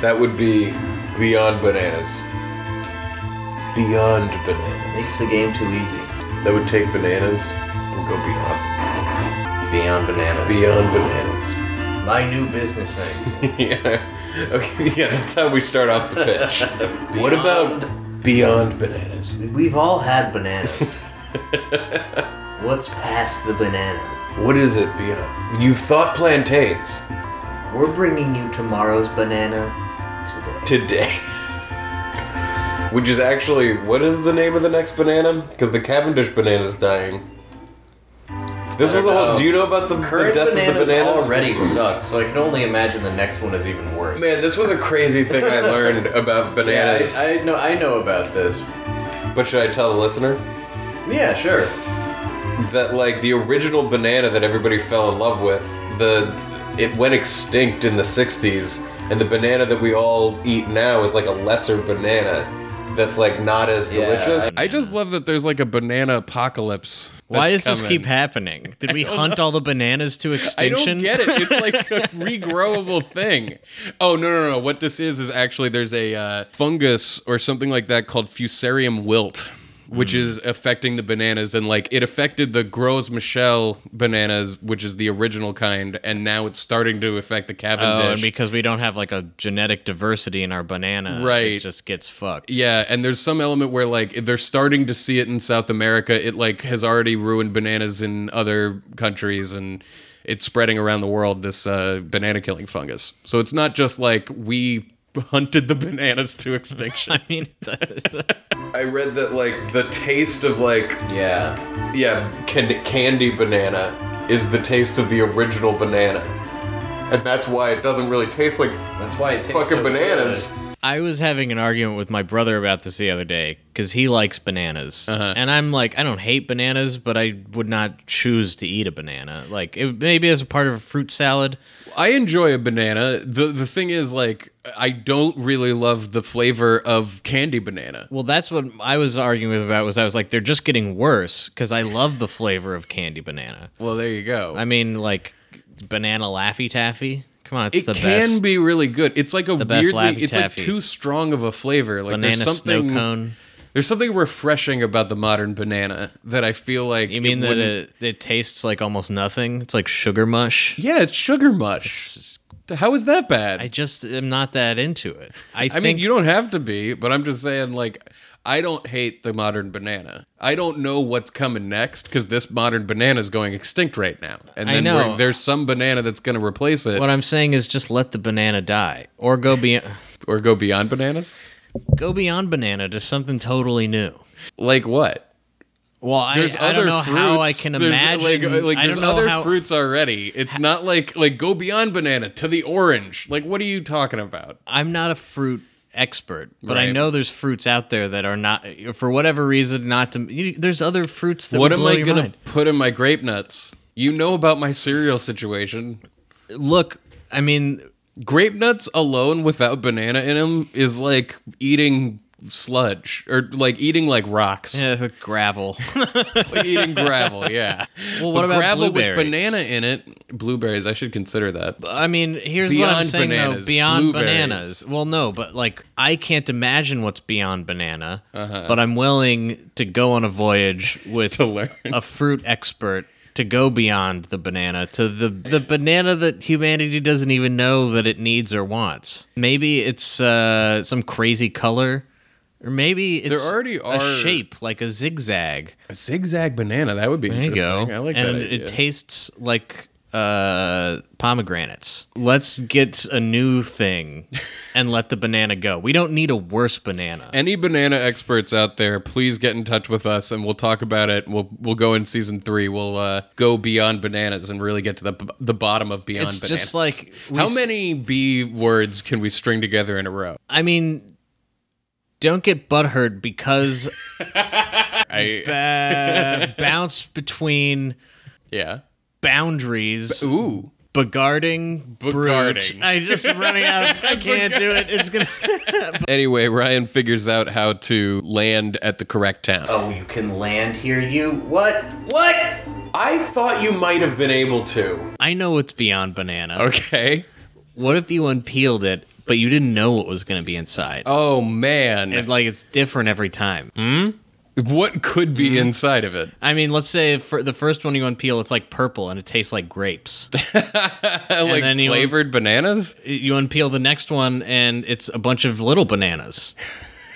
[SPEAKER 2] That would be beyond bananas. Beyond bananas.
[SPEAKER 4] Makes the game too easy.
[SPEAKER 2] That would take bananas and go beyond.
[SPEAKER 4] Beyond bananas.
[SPEAKER 2] Beyond bananas.
[SPEAKER 4] My new business name.
[SPEAKER 2] yeah. Okay. Yeah. That's how we start off the pitch. what about beyond bananas?
[SPEAKER 4] We've all had bananas. What's past the banana?
[SPEAKER 2] What is it beyond? You've thought plantains
[SPEAKER 4] We're bringing you tomorrow's banana today.
[SPEAKER 2] today. Which is actually what is the name of the next banana? Because the Cavendish banana is dying. This was
[SPEAKER 4] I
[SPEAKER 2] a
[SPEAKER 4] don't
[SPEAKER 2] whole.
[SPEAKER 4] know.
[SPEAKER 2] Do you know about the, the
[SPEAKER 4] Current
[SPEAKER 2] death of the
[SPEAKER 4] bananas,
[SPEAKER 2] bananas?
[SPEAKER 4] already suck, so I can only imagine the next one is even worse.
[SPEAKER 2] Man, this was a crazy thing I learned about
[SPEAKER 4] yeah,
[SPEAKER 2] bananas.
[SPEAKER 4] I, I know I know about this.
[SPEAKER 2] but should I tell the listener
[SPEAKER 4] Yeah, sure.
[SPEAKER 2] that like the original banana that everybody fell in love with, the it went extinct in the '60s, and the banana that we all eat now is like a lesser banana.
[SPEAKER 9] that's like not as
[SPEAKER 4] Yeah,
[SPEAKER 9] delicious.
[SPEAKER 2] I just love that there's like a banana apocalypse.
[SPEAKER 3] Why does
[SPEAKER 2] that's
[SPEAKER 3] this
[SPEAKER 2] coming.
[SPEAKER 3] keep happening? Did we hunt all the bananas to
[SPEAKER 2] I
[SPEAKER 3] extinction?
[SPEAKER 2] don't get it. It's like a regrowable thing. Oh no no no! What this is is actually there's a uh, fungus or something like that called Fusarium wilt,
[SPEAKER 3] Hmm.
[SPEAKER 2] which is affecting the bananas and like it affected the Gros Michel bananas, which is the original kind, and now it's starting to affect
[SPEAKER 3] Oh,
[SPEAKER 2] the
[SPEAKER 3] and
[SPEAKER 2] Cavendish.
[SPEAKER 3] because we don't have like a genetic diversity in our banana,
[SPEAKER 2] Right.
[SPEAKER 3] it just gets fucked.
[SPEAKER 2] yeah, and there's some element where like they're starting to see it in South America. It like has already ruined bananas in other countries and it's spreading around the world this uh, banana killing fungus. So it's not just like we hunted the bananas to extinction.
[SPEAKER 3] I mean, it does.
[SPEAKER 9] I read that like the taste of like
[SPEAKER 4] Yeah.
[SPEAKER 9] yeah can- candy banana is the taste of the original banana, and that's why it doesn't really taste like
[SPEAKER 4] That's why it tastes
[SPEAKER 9] fucking
[SPEAKER 4] so
[SPEAKER 9] bananas.
[SPEAKER 4] good.
[SPEAKER 3] I was having an argument with my brother about this the other day because he likes bananas,
[SPEAKER 2] Uh-huh.
[SPEAKER 3] and I'm like, I don't hate bananas, but I would not choose to eat a banana. Like, it, maybe as a part of a fruit salad.
[SPEAKER 2] I enjoy a banana. The the thing is like I don't really love the flavor of candy banana.
[SPEAKER 3] Well, that's what I was arguing with about was I was like, they're just getting worse because I love the flavor of candy banana.
[SPEAKER 2] Well, there you go.
[SPEAKER 3] I mean, like banana laffy taffy. Come on, it's
[SPEAKER 2] it
[SPEAKER 3] the
[SPEAKER 2] can
[SPEAKER 3] best.
[SPEAKER 2] be really good. It's like a
[SPEAKER 3] best Laffy
[SPEAKER 2] weirdly, it's like
[SPEAKER 3] Taffy.
[SPEAKER 2] too strong of a flavor. Like
[SPEAKER 3] banana
[SPEAKER 2] there's something,
[SPEAKER 3] snow cone.
[SPEAKER 2] there's something refreshing about the modern banana that I feel like
[SPEAKER 3] You mean
[SPEAKER 2] it
[SPEAKER 3] that
[SPEAKER 2] wouldn't-
[SPEAKER 3] it, it tastes like almost nothing? It's like sugar mush.
[SPEAKER 2] yeah, it's sugar mush. How is that bad?
[SPEAKER 3] I
[SPEAKER 2] I,
[SPEAKER 3] just am not that into it. I, think
[SPEAKER 2] mean, you don't have to be, but I'm just saying like. I don't hate the modern banana. I don't know what's coming next because this modern banana is going extinct right now, and
[SPEAKER 3] I
[SPEAKER 2] then
[SPEAKER 3] know.
[SPEAKER 2] we're- there's some banana that's going to replace it
[SPEAKER 3] What I'm saying is just let the banana die or go beyond
[SPEAKER 2] or go beyond bananas.
[SPEAKER 3] go beyond banana to something totally new.
[SPEAKER 2] Like what?
[SPEAKER 3] Well, I,
[SPEAKER 2] There's
[SPEAKER 3] I
[SPEAKER 2] other
[SPEAKER 3] don't know
[SPEAKER 2] fruits.
[SPEAKER 3] how I can
[SPEAKER 2] There's,
[SPEAKER 3] imagine.
[SPEAKER 2] Like, like
[SPEAKER 3] I
[SPEAKER 2] there's
[SPEAKER 3] don't know
[SPEAKER 2] other
[SPEAKER 3] how,
[SPEAKER 2] fruits already. It's not like like go beyond banana to the orange. Like what are you talking about?
[SPEAKER 3] I'm not a fruit expert, but I
[SPEAKER 2] Right.
[SPEAKER 3] know there's fruits out there that are not for whatever reason not to. You, there's other fruits that
[SPEAKER 2] what
[SPEAKER 3] would
[SPEAKER 2] am
[SPEAKER 3] blow
[SPEAKER 2] I
[SPEAKER 3] your
[SPEAKER 2] gonna
[SPEAKER 3] mind.
[SPEAKER 2] put in my grape nuts? You know about my cereal situation.
[SPEAKER 3] look? I mean,
[SPEAKER 2] Grape nuts alone without banana in them is like eating sludge or like eating like rocks,
[SPEAKER 3] eh, gravel.
[SPEAKER 2] like eating gravel. Yeah.
[SPEAKER 3] Well, what
[SPEAKER 2] But
[SPEAKER 3] about
[SPEAKER 2] gravel with
[SPEAKER 3] blueberries?
[SPEAKER 2] banana in it? Blueberries. I should consider that.
[SPEAKER 3] I mean, here's what I'm
[SPEAKER 2] Beyond
[SPEAKER 3] saying
[SPEAKER 2] bananas,
[SPEAKER 3] though. Beyond
[SPEAKER 2] blueberries.
[SPEAKER 3] bananas. Well, no, but like I can't imagine what's beyond banana. But I'm willing to go on a voyage with
[SPEAKER 2] Uh-huh. To learn.
[SPEAKER 3] a fruit expert to go beyond the banana to the the banana that humanity doesn't even know that it needs or wants. Maybe it's uh, some crazy color. Or maybe it's
[SPEAKER 2] already
[SPEAKER 3] a
[SPEAKER 2] are-
[SPEAKER 3] shape like a zigzag.
[SPEAKER 2] A zigzag banana. That would be
[SPEAKER 3] There you
[SPEAKER 2] interesting.
[SPEAKER 3] go.
[SPEAKER 2] I like
[SPEAKER 3] and
[SPEAKER 2] that idea.
[SPEAKER 3] it tastes like uh pomegranates. Let's get a new thing and let the banana go. We don't need a worse banana.
[SPEAKER 2] any banana experts out there, please get in touch with us and we'll talk about it. We'll we'll go in season three. We'll uh, go beyond bananas and really get to the the bottom of beyond
[SPEAKER 3] It's
[SPEAKER 2] bananas.
[SPEAKER 3] just like we
[SPEAKER 2] how
[SPEAKER 3] s-
[SPEAKER 2] many B words can we string together in a row?
[SPEAKER 3] I mean don't get butthurt because
[SPEAKER 2] I
[SPEAKER 3] ba- Uh, bounce between
[SPEAKER 2] yeah.
[SPEAKER 3] boundaries,
[SPEAKER 2] Ooh,
[SPEAKER 3] beguarding,
[SPEAKER 2] Beguarding.
[SPEAKER 3] brute. I just running out. Of, I can't do it. It's gonna.
[SPEAKER 2] Anyway, Ryan figures out how to land at the correct town.
[SPEAKER 9] Uh,
[SPEAKER 4] Oh, you can land here. You what? What?
[SPEAKER 9] I thought you might have been able to.
[SPEAKER 3] I know it's beyond banana.
[SPEAKER 2] Okay.
[SPEAKER 3] What if you unpeeled it, but you didn't know what was going to be inside?
[SPEAKER 2] Oh Mm. man,
[SPEAKER 3] And like it's different every time.
[SPEAKER 2] what could be
[SPEAKER 3] Mm-hmm.
[SPEAKER 2] inside of it?
[SPEAKER 3] I mean, let's say for the first one you unpeel, it's like purple and it tastes like grapes.
[SPEAKER 2] like
[SPEAKER 3] then you-
[SPEAKER 2] flavored bananas?
[SPEAKER 3] you unpeel the next one and it's a bunch of little bananas.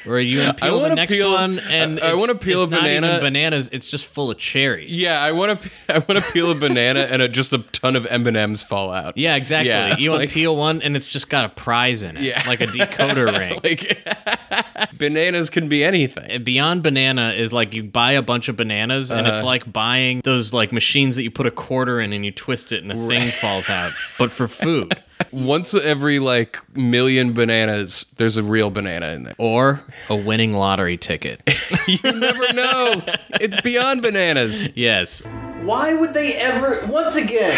[SPEAKER 3] Or you unpeel the
[SPEAKER 2] wanna
[SPEAKER 3] next
[SPEAKER 2] peel-
[SPEAKER 3] one and
[SPEAKER 2] I- I
[SPEAKER 3] it's-
[SPEAKER 2] wanna peel
[SPEAKER 3] it's
[SPEAKER 2] a
[SPEAKER 3] not
[SPEAKER 2] banana-
[SPEAKER 3] even bananas. It's just full of cherries.
[SPEAKER 2] Yeah, I want to. I want to peel a banana and a, just a ton of M and M's fall out.
[SPEAKER 3] Yeah, exactly.
[SPEAKER 2] Yeah,
[SPEAKER 3] you
[SPEAKER 2] like-
[SPEAKER 3] unpeel one and it's just got a prize in it,
[SPEAKER 2] Yeah.
[SPEAKER 3] like a decoder ring.
[SPEAKER 2] like bananas can be anything.
[SPEAKER 3] And Beyond Banana is like you buy a bunch of bananas, and
[SPEAKER 2] Uh-huh.
[SPEAKER 3] it's like buying those like machines that you put a quarter in and you twist it and a thing falls out, but for food.
[SPEAKER 2] Once every like million bananas, there's a real banana in there.
[SPEAKER 3] Or a winning lottery ticket.
[SPEAKER 2] You never know. it's beyond bananas.
[SPEAKER 3] Yes.
[SPEAKER 4] Why would they ever? Once again,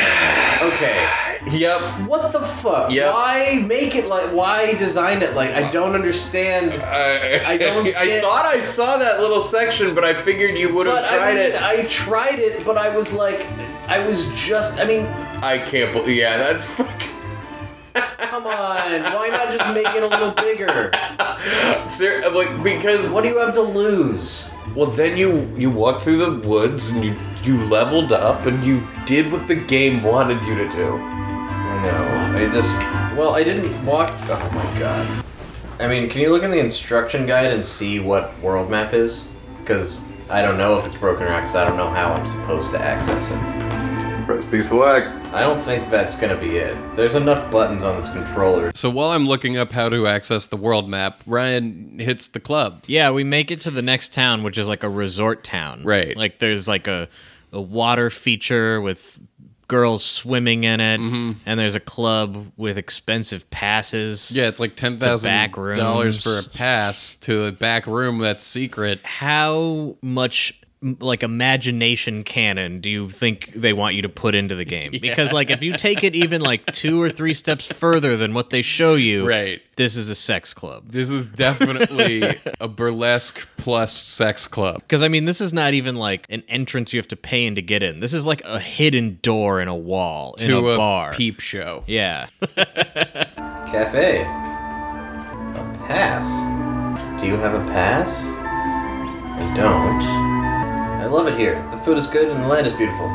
[SPEAKER 4] okay.
[SPEAKER 1] Yep.
[SPEAKER 4] What the fuck?
[SPEAKER 1] Yeah.
[SPEAKER 4] Why make it like? Why design it like? I don't understand.
[SPEAKER 1] I,
[SPEAKER 4] I don't
[SPEAKER 1] I
[SPEAKER 4] get-
[SPEAKER 1] thought I saw that little section, but I figured you would have
[SPEAKER 4] But
[SPEAKER 1] tried
[SPEAKER 4] I mean,
[SPEAKER 1] it.
[SPEAKER 4] I tried it, but I was like, I was just. I mean,
[SPEAKER 1] I can't believe. Yeah, that's fucking.
[SPEAKER 4] come on. Why not just make it a little bigger?
[SPEAKER 1] Ser- like because
[SPEAKER 4] What do you have to lose?
[SPEAKER 1] well then you you walked through the woods and you you leveled up and you did what the game wanted you to do.
[SPEAKER 4] I know. I just. Well, I didn't walk. Oh my god. I mean, can you look in the instruction guide and see what world map is? Because I don't know if it's broken or not, because I don't know how I'm supposed to access it.
[SPEAKER 2] Press B select.
[SPEAKER 4] I don't think that's gonna be it. There's enough buttons on this controller.
[SPEAKER 8] So while I'm looking up how to access the world map, Ryan hits the club.
[SPEAKER 3] Yeah, we make it to the next town, which is like a resort town.
[SPEAKER 8] Right.
[SPEAKER 3] Like there's like a, a water feature with girls swimming in it,
[SPEAKER 8] Mm-hmm.
[SPEAKER 3] and there's a club with expensive passes.
[SPEAKER 8] Yeah, it's like ten thousand
[SPEAKER 3] back
[SPEAKER 8] dollars
[SPEAKER 3] rooms.
[SPEAKER 8] for a pass to the back room that's secret.
[SPEAKER 3] How much m- like imagination cannon do you think they want you to put into the game? Because like if you take it even like two or three steps further than what they show you,
[SPEAKER 8] Right.
[SPEAKER 3] This is a sex club.
[SPEAKER 8] This is definitely a burlesque plus sex club.
[SPEAKER 3] Because I mean, this is not even like an entrance you have to pay in to get in. This is like a hidden door in a wall in
[SPEAKER 8] to
[SPEAKER 3] a, bar.
[SPEAKER 8] peep show.
[SPEAKER 3] Yeah.
[SPEAKER 4] Cafe. A pass. Do you have a pass? I don't. I love it here. The food is good and the land is beautiful.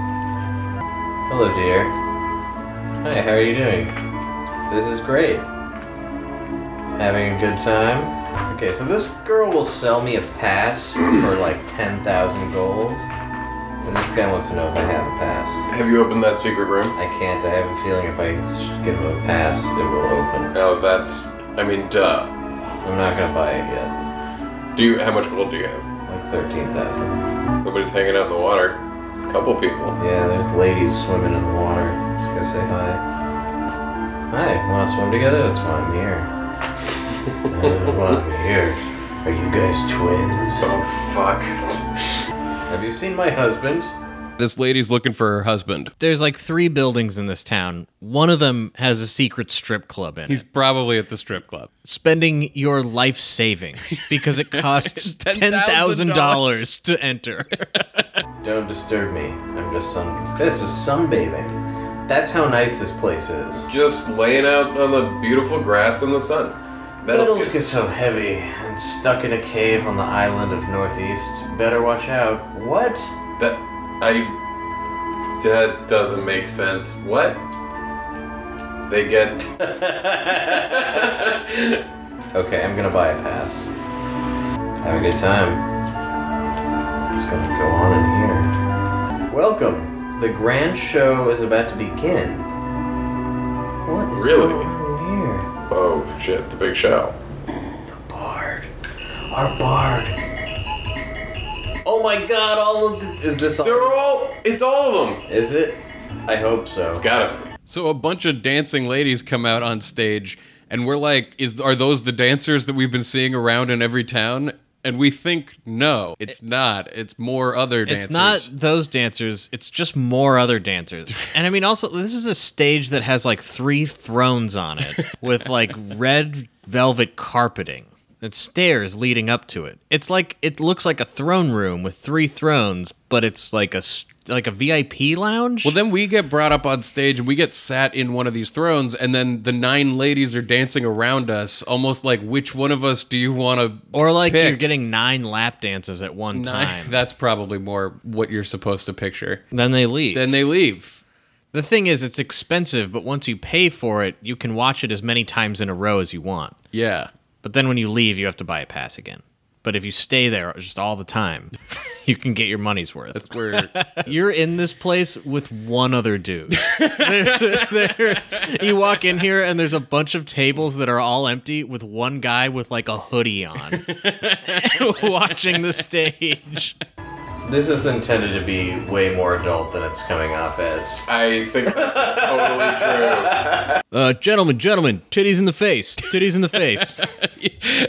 [SPEAKER 4] Hello, dear. Hi, how are you doing? This is great. Having a good time? Okay, so this girl will sell me a pass for like 10,000 gold. And this guy wants to know if I have a pass.
[SPEAKER 2] Have you opened that secret room?
[SPEAKER 4] I can't. I have a feeling if I just give him a pass, it will open.
[SPEAKER 2] Oh, that's. I mean, duh.
[SPEAKER 4] I'm not gonna buy it yet.
[SPEAKER 2] Do you? How much gold do you have?
[SPEAKER 4] Like 13,000.
[SPEAKER 2] Nobody's hanging out in the water. couple people.
[SPEAKER 4] Yeah, there's ladies swimming in the water. Let's go say hi. Hi, wanna swim together? That's why I'm here. That's why I'm here. Are you guys twins?
[SPEAKER 2] Oh
[SPEAKER 4] Have you seen my husband?
[SPEAKER 8] This lady's looking for her husband.
[SPEAKER 3] There's like three buildings in this town. One of them has a secret strip club in
[SPEAKER 8] He's
[SPEAKER 3] it.
[SPEAKER 8] probably at the strip club.
[SPEAKER 3] Spending your life savings because it costs
[SPEAKER 8] $10,000
[SPEAKER 3] $10,000 to enter.
[SPEAKER 4] Don't disturb me. I'm just sun. This guy's just sunbathing. That's how nice this place is.
[SPEAKER 2] fuck! Just laying out on the beautiful grass in the sun. That'll
[SPEAKER 4] Metals get so heavy and stuck in a cave on the island of Northeast. Better watch out. What?
[SPEAKER 2] That I that doesn't make sense. What? They get
[SPEAKER 4] Okay, I'm gonna buy a pass. Have a good time. It's gonna go on in here. Welcome. The grand show is about to begin. What is
[SPEAKER 2] Really?
[SPEAKER 4] going on
[SPEAKER 2] oh shit the big show.
[SPEAKER 4] here? Bard. Our bard. Oh my god, all of the. Is this
[SPEAKER 2] They're
[SPEAKER 4] all?
[SPEAKER 2] all. It's all of them.
[SPEAKER 4] Is it? I hope so.
[SPEAKER 2] Got it.
[SPEAKER 8] So a bunch of dancing ladies come out on stage, and we're like, "Is are those the dancers that we've been seeing around in every town?" And we think, "No, it's not. It's more other dancers."
[SPEAKER 3] It's not those dancers, it's just more other dancers. And I mean, also, this is a stage that has like three thrones on it with like red velvet carpeting and stairs leading up to it. It's like, it looks like a throne room with three thrones, but it's like a. s- Like a VIP lounge.
[SPEAKER 8] Well, then we get brought up on stage and we get sat in one of these thrones, and then the nine ladies are dancing around us, almost like, "Which one of us do you want to?"
[SPEAKER 3] Or like
[SPEAKER 8] pick?
[SPEAKER 3] you're getting nine lap dances at one
[SPEAKER 8] nine.
[SPEAKER 3] time.
[SPEAKER 8] That's probably more what you're supposed to picture.
[SPEAKER 3] then they leave.
[SPEAKER 8] Then they leave.
[SPEAKER 3] the thing is, it's expensive, but once you pay for it, you can watch it as many times in a row as you want.
[SPEAKER 8] Yeah.
[SPEAKER 3] But then when you leave, you have to buy a pass again. But if you stay there just all the time, you can get your money's worth.
[SPEAKER 8] That's where
[SPEAKER 3] You're in this place with one other dude. There's- there- you walk in here and there's a bunch of tables that are all empty with one guy with like a hoodie on watching the stage.
[SPEAKER 4] This is intended to be way more adult than it's coming off as.
[SPEAKER 2] I think that's totally true.
[SPEAKER 3] Uh, gentlemen, gentlemen, titties in the face, titties in the face.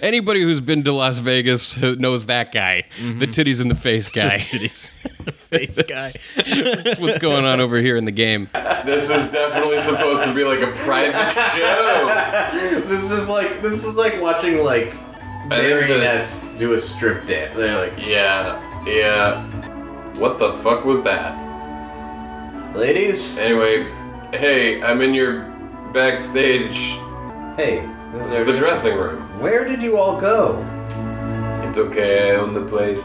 [SPEAKER 8] anybody
[SPEAKER 2] Mm-hmm.
[SPEAKER 8] who's been to Las Vegas knows that guy, the titties in the face guy.
[SPEAKER 3] titties. face guy.
[SPEAKER 8] That's what's going on over here in the game.
[SPEAKER 2] This is definitely supposed to be like a private show.
[SPEAKER 4] This is like this is like watching like marionettes do a strip dance. They're like,
[SPEAKER 2] Yeah, yeah. What the fuck was that?
[SPEAKER 4] ladies,
[SPEAKER 2] Anyway, hey, I'm in your backstage.
[SPEAKER 4] hey, this
[SPEAKER 2] This
[SPEAKER 4] is our
[SPEAKER 2] is the
[SPEAKER 4] dress-
[SPEAKER 2] dressing room.
[SPEAKER 4] Where did you all go?
[SPEAKER 2] It's okay, I own the place.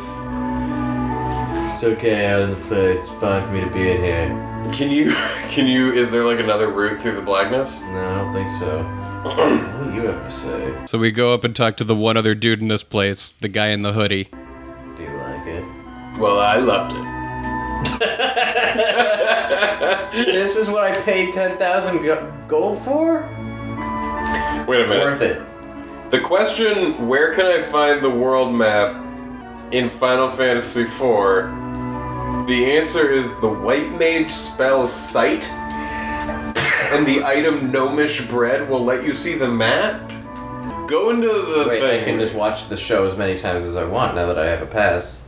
[SPEAKER 4] It's okay, I'm in the place. It's fine for me to be in here.
[SPEAKER 2] Can you, can you, is there like another route through the blackness?
[SPEAKER 4] No, I don't think so. what do you have to say?
[SPEAKER 8] So we go up and talk to the one other dude in this place, the guy in the hoodie.
[SPEAKER 4] Do you like it?
[SPEAKER 2] Well, I loved it.
[SPEAKER 4] This is what I paid ten thousand gold for.
[SPEAKER 2] Wait a minute.
[SPEAKER 4] Worth it.
[SPEAKER 2] The question, where can I find the world map in Final Fantasy IV? The answer is the white mage spell sight, and the item gnomish bread will let you see the map. Go into the
[SPEAKER 4] Wait,
[SPEAKER 2] thing.
[SPEAKER 4] I can just watch the show as many times as I want now that I have a pass.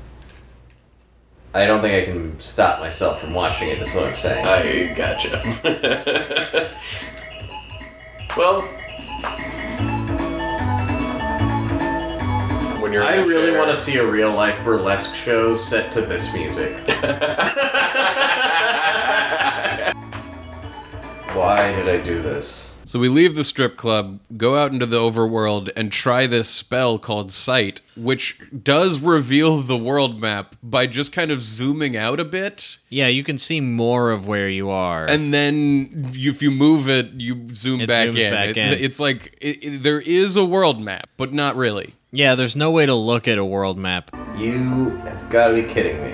[SPEAKER 4] I don't think I can stop myself from watching it. Is what I'm saying.
[SPEAKER 2] I gotcha. well, when you're, in
[SPEAKER 4] I
[SPEAKER 2] the
[SPEAKER 4] really
[SPEAKER 2] chair-
[SPEAKER 4] want to see a real life burlesque show set to this music. Why did I do this?
[SPEAKER 8] So we leave the strip club, go out into the overworld, and try this spell called Sight, which does reveal the world map by just kind of zooming out a bit.
[SPEAKER 3] Yeah, you can see more of where you are.
[SPEAKER 8] And then you- if you move it, you zoom
[SPEAKER 3] It
[SPEAKER 8] back,
[SPEAKER 3] zooms
[SPEAKER 8] in.
[SPEAKER 3] back
[SPEAKER 8] It-
[SPEAKER 3] in.
[SPEAKER 8] It's like it, it- there is a world map, but not really.
[SPEAKER 3] yeah, there's no way to look at a world map.
[SPEAKER 4] You have got to be kidding me.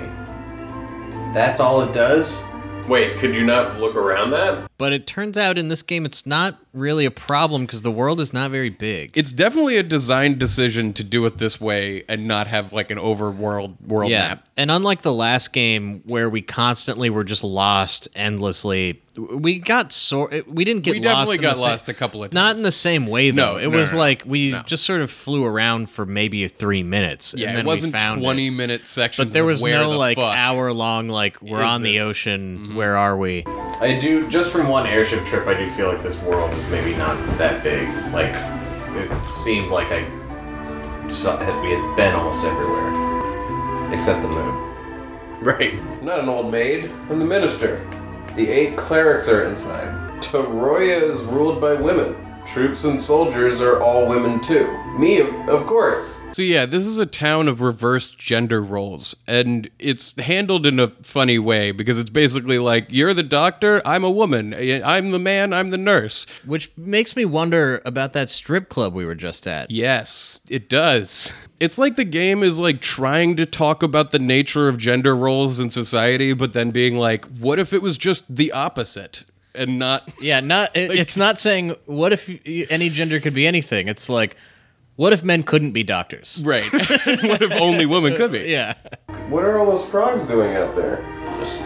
[SPEAKER 4] That's all it does?
[SPEAKER 2] Wait, could you not look around that?
[SPEAKER 3] But it turns out in this game, it's not really a problem because the world is not very big.
[SPEAKER 8] It's definitely a design decision to do it this way and not have like an overworld world
[SPEAKER 3] yeah.
[SPEAKER 8] map.
[SPEAKER 3] And unlike the last game where we constantly were just lost endlessly, we got sort we didn't get
[SPEAKER 8] We
[SPEAKER 3] lost.
[SPEAKER 8] definitely
[SPEAKER 3] in
[SPEAKER 8] got
[SPEAKER 3] the
[SPEAKER 8] lost
[SPEAKER 3] same,
[SPEAKER 8] a couple of
[SPEAKER 3] Not in
[SPEAKER 8] times.
[SPEAKER 3] the same way though.
[SPEAKER 8] No,
[SPEAKER 3] it
[SPEAKER 8] no,
[SPEAKER 3] was
[SPEAKER 8] no, no,
[SPEAKER 3] like we
[SPEAKER 8] no.
[SPEAKER 3] just sort of flew around for maybe 3 minutes
[SPEAKER 8] Yeah,
[SPEAKER 3] and then
[SPEAKER 8] it wasn't
[SPEAKER 3] we found
[SPEAKER 8] twenty
[SPEAKER 3] it.
[SPEAKER 8] minute sections.
[SPEAKER 3] But there
[SPEAKER 8] of
[SPEAKER 3] was
[SPEAKER 8] where
[SPEAKER 3] no
[SPEAKER 8] the
[SPEAKER 3] like
[SPEAKER 8] fuck.
[SPEAKER 3] hour long like we're
[SPEAKER 8] is
[SPEAKER 3] on the
[SPEAKER 8] this? Mm-hmm.
[SPEAKER 3] ocean, where are we?
[SPEAKER 4] I do, just from one airship trip, I do feel like this world is maybe not that big. Like, it seemed like I saw, had, we had been almost everywhere. Except the moon.
[SPEAKER 2] Right. I'm not an old maid. I'm the minister. The eight clerics are inside. Toroya is ruled by women. Troops and soldiers are all women too. Me, of, of course.
[SPEAKER 8] So yeah, this is a town of reversed gender roles, and it's handled in a funny way because it's basically like you're the doctor, I'm a woman, I'm the man, I'm the nurse.
[SPEAKER 3] Which makes me wonder about that strip club we were just at.
[SPEAKER 8] Yes, it does. It's like the game is like trying to talk about the nature of gender roles in society, but then being like, what if it was just the opposite and not
[SPEAKER 3] Yeah, not it, it's not saying what if you, any gender could be anything. It's like what if men couldn't be doctors?
[SPEAKER 8] right? what if only women could be?
[SPEAKER 3] Yeah.
[SPEAKER 2] What are all those frogs doing out there?
[SPEAKER 4] Just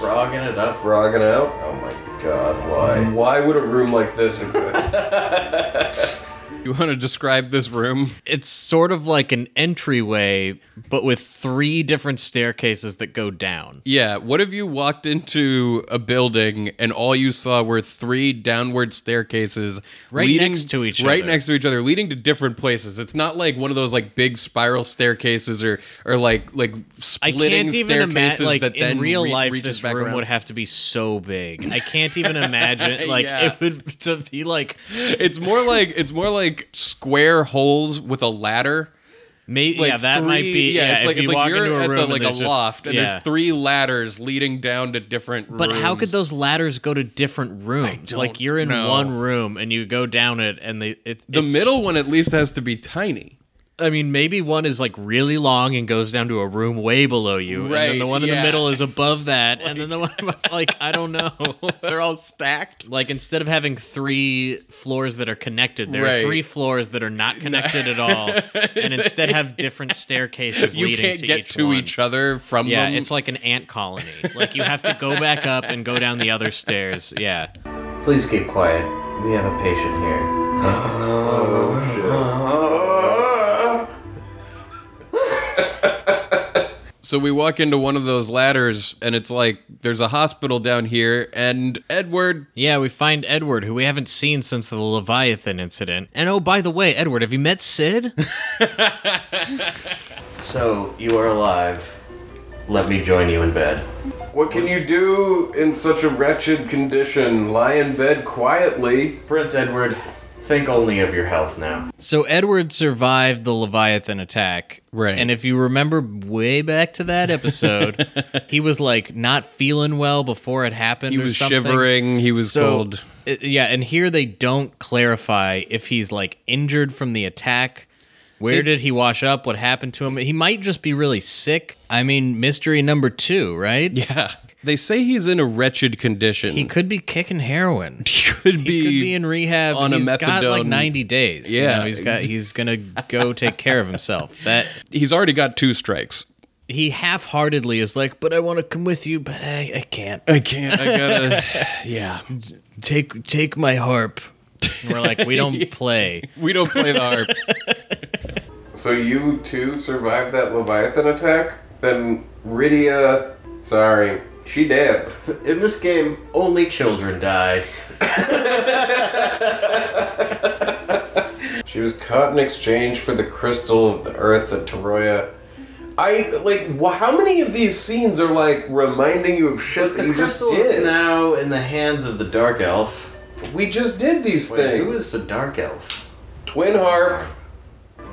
[SPEAKER 4] frogging it up.
[SPEAKER 2] Frogging out?
[SPEAKER 4] Oh my god, why?
[SPEAKER 2] Why would a room like this exist?
[SPEAKER 8] You want to describe this room?
[SPEAKER 3] It's sort of like an entryway but with three different staircases that go down.
[SPEAKER 8] Yeah, what if you walked into a building and all you saw were three downward staircases
[SPEAKER 3] Right next to each
[SPEAKER 8] right
[SPEAKER 3] other.
[SPEAKER 8] next to each other, leading to different places. It's not like one of those like big spiral staircases or or like like
[SPEAKER 3] I
[SPEAKER 8] splitting
[SPEAKER 3] can't even
[SPEAKER 8] staircases
[SPEAKER 3] imagine like
[SPEAKER 8] that then
[SPEAKER 3] in real
[SPEAKER 8] re-
[SPEAKER 3] life
[SPEAKER 8] reaches
[SPEAKER 3] this
[SPEAKER 8] back
[SPEAKER 3] room
[SPEAKER 8] around.
[SPEAKER 3] would have to be so big. I can't even imagine like
[SPEAKER 8] Yeah.
[SPEAKER 3] it would to be like
[SPEAKER 8] It's more like it's more like square holes with a ladder.
[SPEAKER 3] maybe
[SPEAKER 8] Like
[SPEAKER 3] yeah, that might
[SPEAKER 8] three-
[SPEAKER 3] be yeah,
[SPEAKER 8] it's
[SPEAKER 3] if
[SPEAKER 8] like
[SPEAKER 3] you
[SPEAKER 8] it's like
[SPEAKER 3] walk
[SPEAKER 8] you're
[SPEAKER 3] into a
[SPEAKER 8] at
[SPEAKER 3] room
[SPEAKER 8] the,
[SPEAKER 3] and
[SPEAKER 8] like a
[SPEAKER 3] there's just-
[SPEAKER 8] loft and
[SPEAKER 3] yeah.
[SPEAKER 8] there's three ladders leading down to different
[SPEAKER 3] But how could
[SPEAKER 8] rooms.
[SPEAKER 3] those ladders go to different rooms?
[SPEAKER 8] don't
[SPEAKER 3] Like you're in
[SPEAKER 8] know.
[SPEAKER 3] one room and you go down it, and they it,
[SPEAKER 8] the
[SPEAKER 3] it's-
[SPEAKER 8] middle one at least has to be tiny.
[SPEAKER 3] I mean, maybe one is like really long and goes down to a room way below you, and
[SPEAKER 8] Right,
[SPEAKER 3] then the one in
[SPEAKER 8] yeah.
[SPEAKER 3] the middle is above that, and then the one above- like I don't know.
[SPEAKER 8] They're all stacked.
[SPEAKER 3] like instead of having three floors that are connected, there
[SPEAKER 8] Right.
[SPEAKER 3] are three floors that are not connected at all, and instead have different staircases
[SPEAKER 8] you
[SPEAKER 3] leading
[SPEAKER 8] can't
[SPEAKER 3] to
[SPEAKER 8] get
[SPEAKER 3] each
[SPEAKER 8] to
[SPEAKER 3] one.
[SPEAKER 8] each other from
[SPEAKER 3] Yeah,
[SPEAKER 8] them.
[SPEAKER 3] it's like an ant colony. Like you have to go back up and go down the other stairs. Yeah.
[SPEAKER 4] Please keep quiet. We have a patient here.
[SPEAKER 2] oh shit.
[SPEAKER 8] So we walk into one of those ladders, and it's like there's a hospital down here, and Edward.
[SPEAKER 3] Yeah, we find Edward, who we haven't seen since the Leviathan incident. And oh, by the way, Edward, have you met Sid?
[SPEAKER 4] So, you are alive. Let me join you in bed.
[SPEAKER 2] What can you do in such a wretched condition? Lie in bed quietly.
[SPEAKER 4] Prince Edward, think only of your health now.
[SPEAKER 3] so Edward survived the Leviathan attack.
[SPEAKER 8] Right.
[SPEAKER 3] And if you remember way back to that episode, he was like not feeling well before it happened.
[SPEAKER 8] He
[SPEAKER 3] or
[SPEAKER 8] was
[SPEAKER 3] something.
[SPEAKER 8] shivering. He was cold.
[SPEAKER 3] i- yeah, and here they don't clarify if he's like injured from the attack. Where did he wash up? What happened to him? He might just be really sick. I mean, mystery number two, right?
[SPEAKER 8] Yeah. They say he's in a wretched condition.
[SPEAKER 3] He could be kicking heroin.
[SPEAKER 8] He could
[SPEAKER 3] He could be in rehab.
[SPEAKER 8] on a
[SPEAKER 3] He's got like
[SPEAKER 8] methadone.
[SPEAKER 3] 90 days. You
[SPEAKER 8] Yeah.
[SPEAKER 3] know, he's got he's gonna go take care of himself. That
[SPEAKER 8] he's already got two strikes.
[SPEAKER 3] he half-heartedly is like, but I want to come with you, but I, I can't.
[SPEAKER 8] I can't. I gotta.
[SPEAKER 3] Yeah, take take my harp. And we're like, we don't play.
[SPEAKER 8] we don't play the harp.
[SPEAKER 2] So you too survived that Leviathan attack? Then Rydia. Sorry. She dead.
[SPEAKER 4] In this game, only children die.
[SPEAKER 2] She was caught in exchange for the crystal of the earth at Taroya. I like. Wh- how many of these scenes are like reminding you of shit that
[SPEAKER 4] The
[SPEAKER 2] you just
[SPEAKER 4] crystal is
[SPEAKER 2] did?
[SPEAKER 4] now in the hands of the Dark Elf.
[SPEAKER 2] we just did these
[SPEAKER 4] Wait,
[SPEAKER 2] things.
[SPEAKER 4] who is the Dark Elf?
[SPEAKER 2] Twin harp.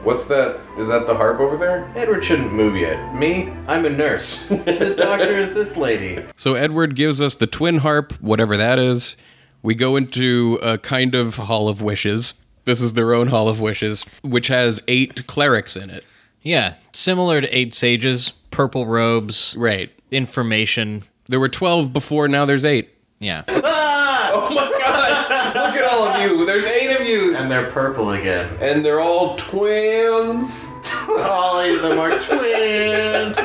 [SPEAKER 2] What's that? Is that the harp over there?
[SPEAKER 4] Edward shouldn't move yet. Me? I'm a nurse. the doctor is this lady.
[SPEAKER 8] So Edward gives us the twin harp, whatever that is. We go into a kind of Hall of Wishes. This is their own Hall of Wishes, which has eight clerics in it.
[SPEAKER 3] Yeah, similar to Eight Sages, purple robes,
[SPEAKER 8] Right.
[SPEAKER 3] information.
[SPEAKER 8] There were 12 before, now there's eight.
[SPEAKER 3] Yeah.
[SPEAKER 2] Oh my god! Look at all of you. There's eight of you,
[SPEAKER 4] And they're purple again.
[SPEAKER 2] and they're all twins.
[SPEAKER 4] All eight of them are twins.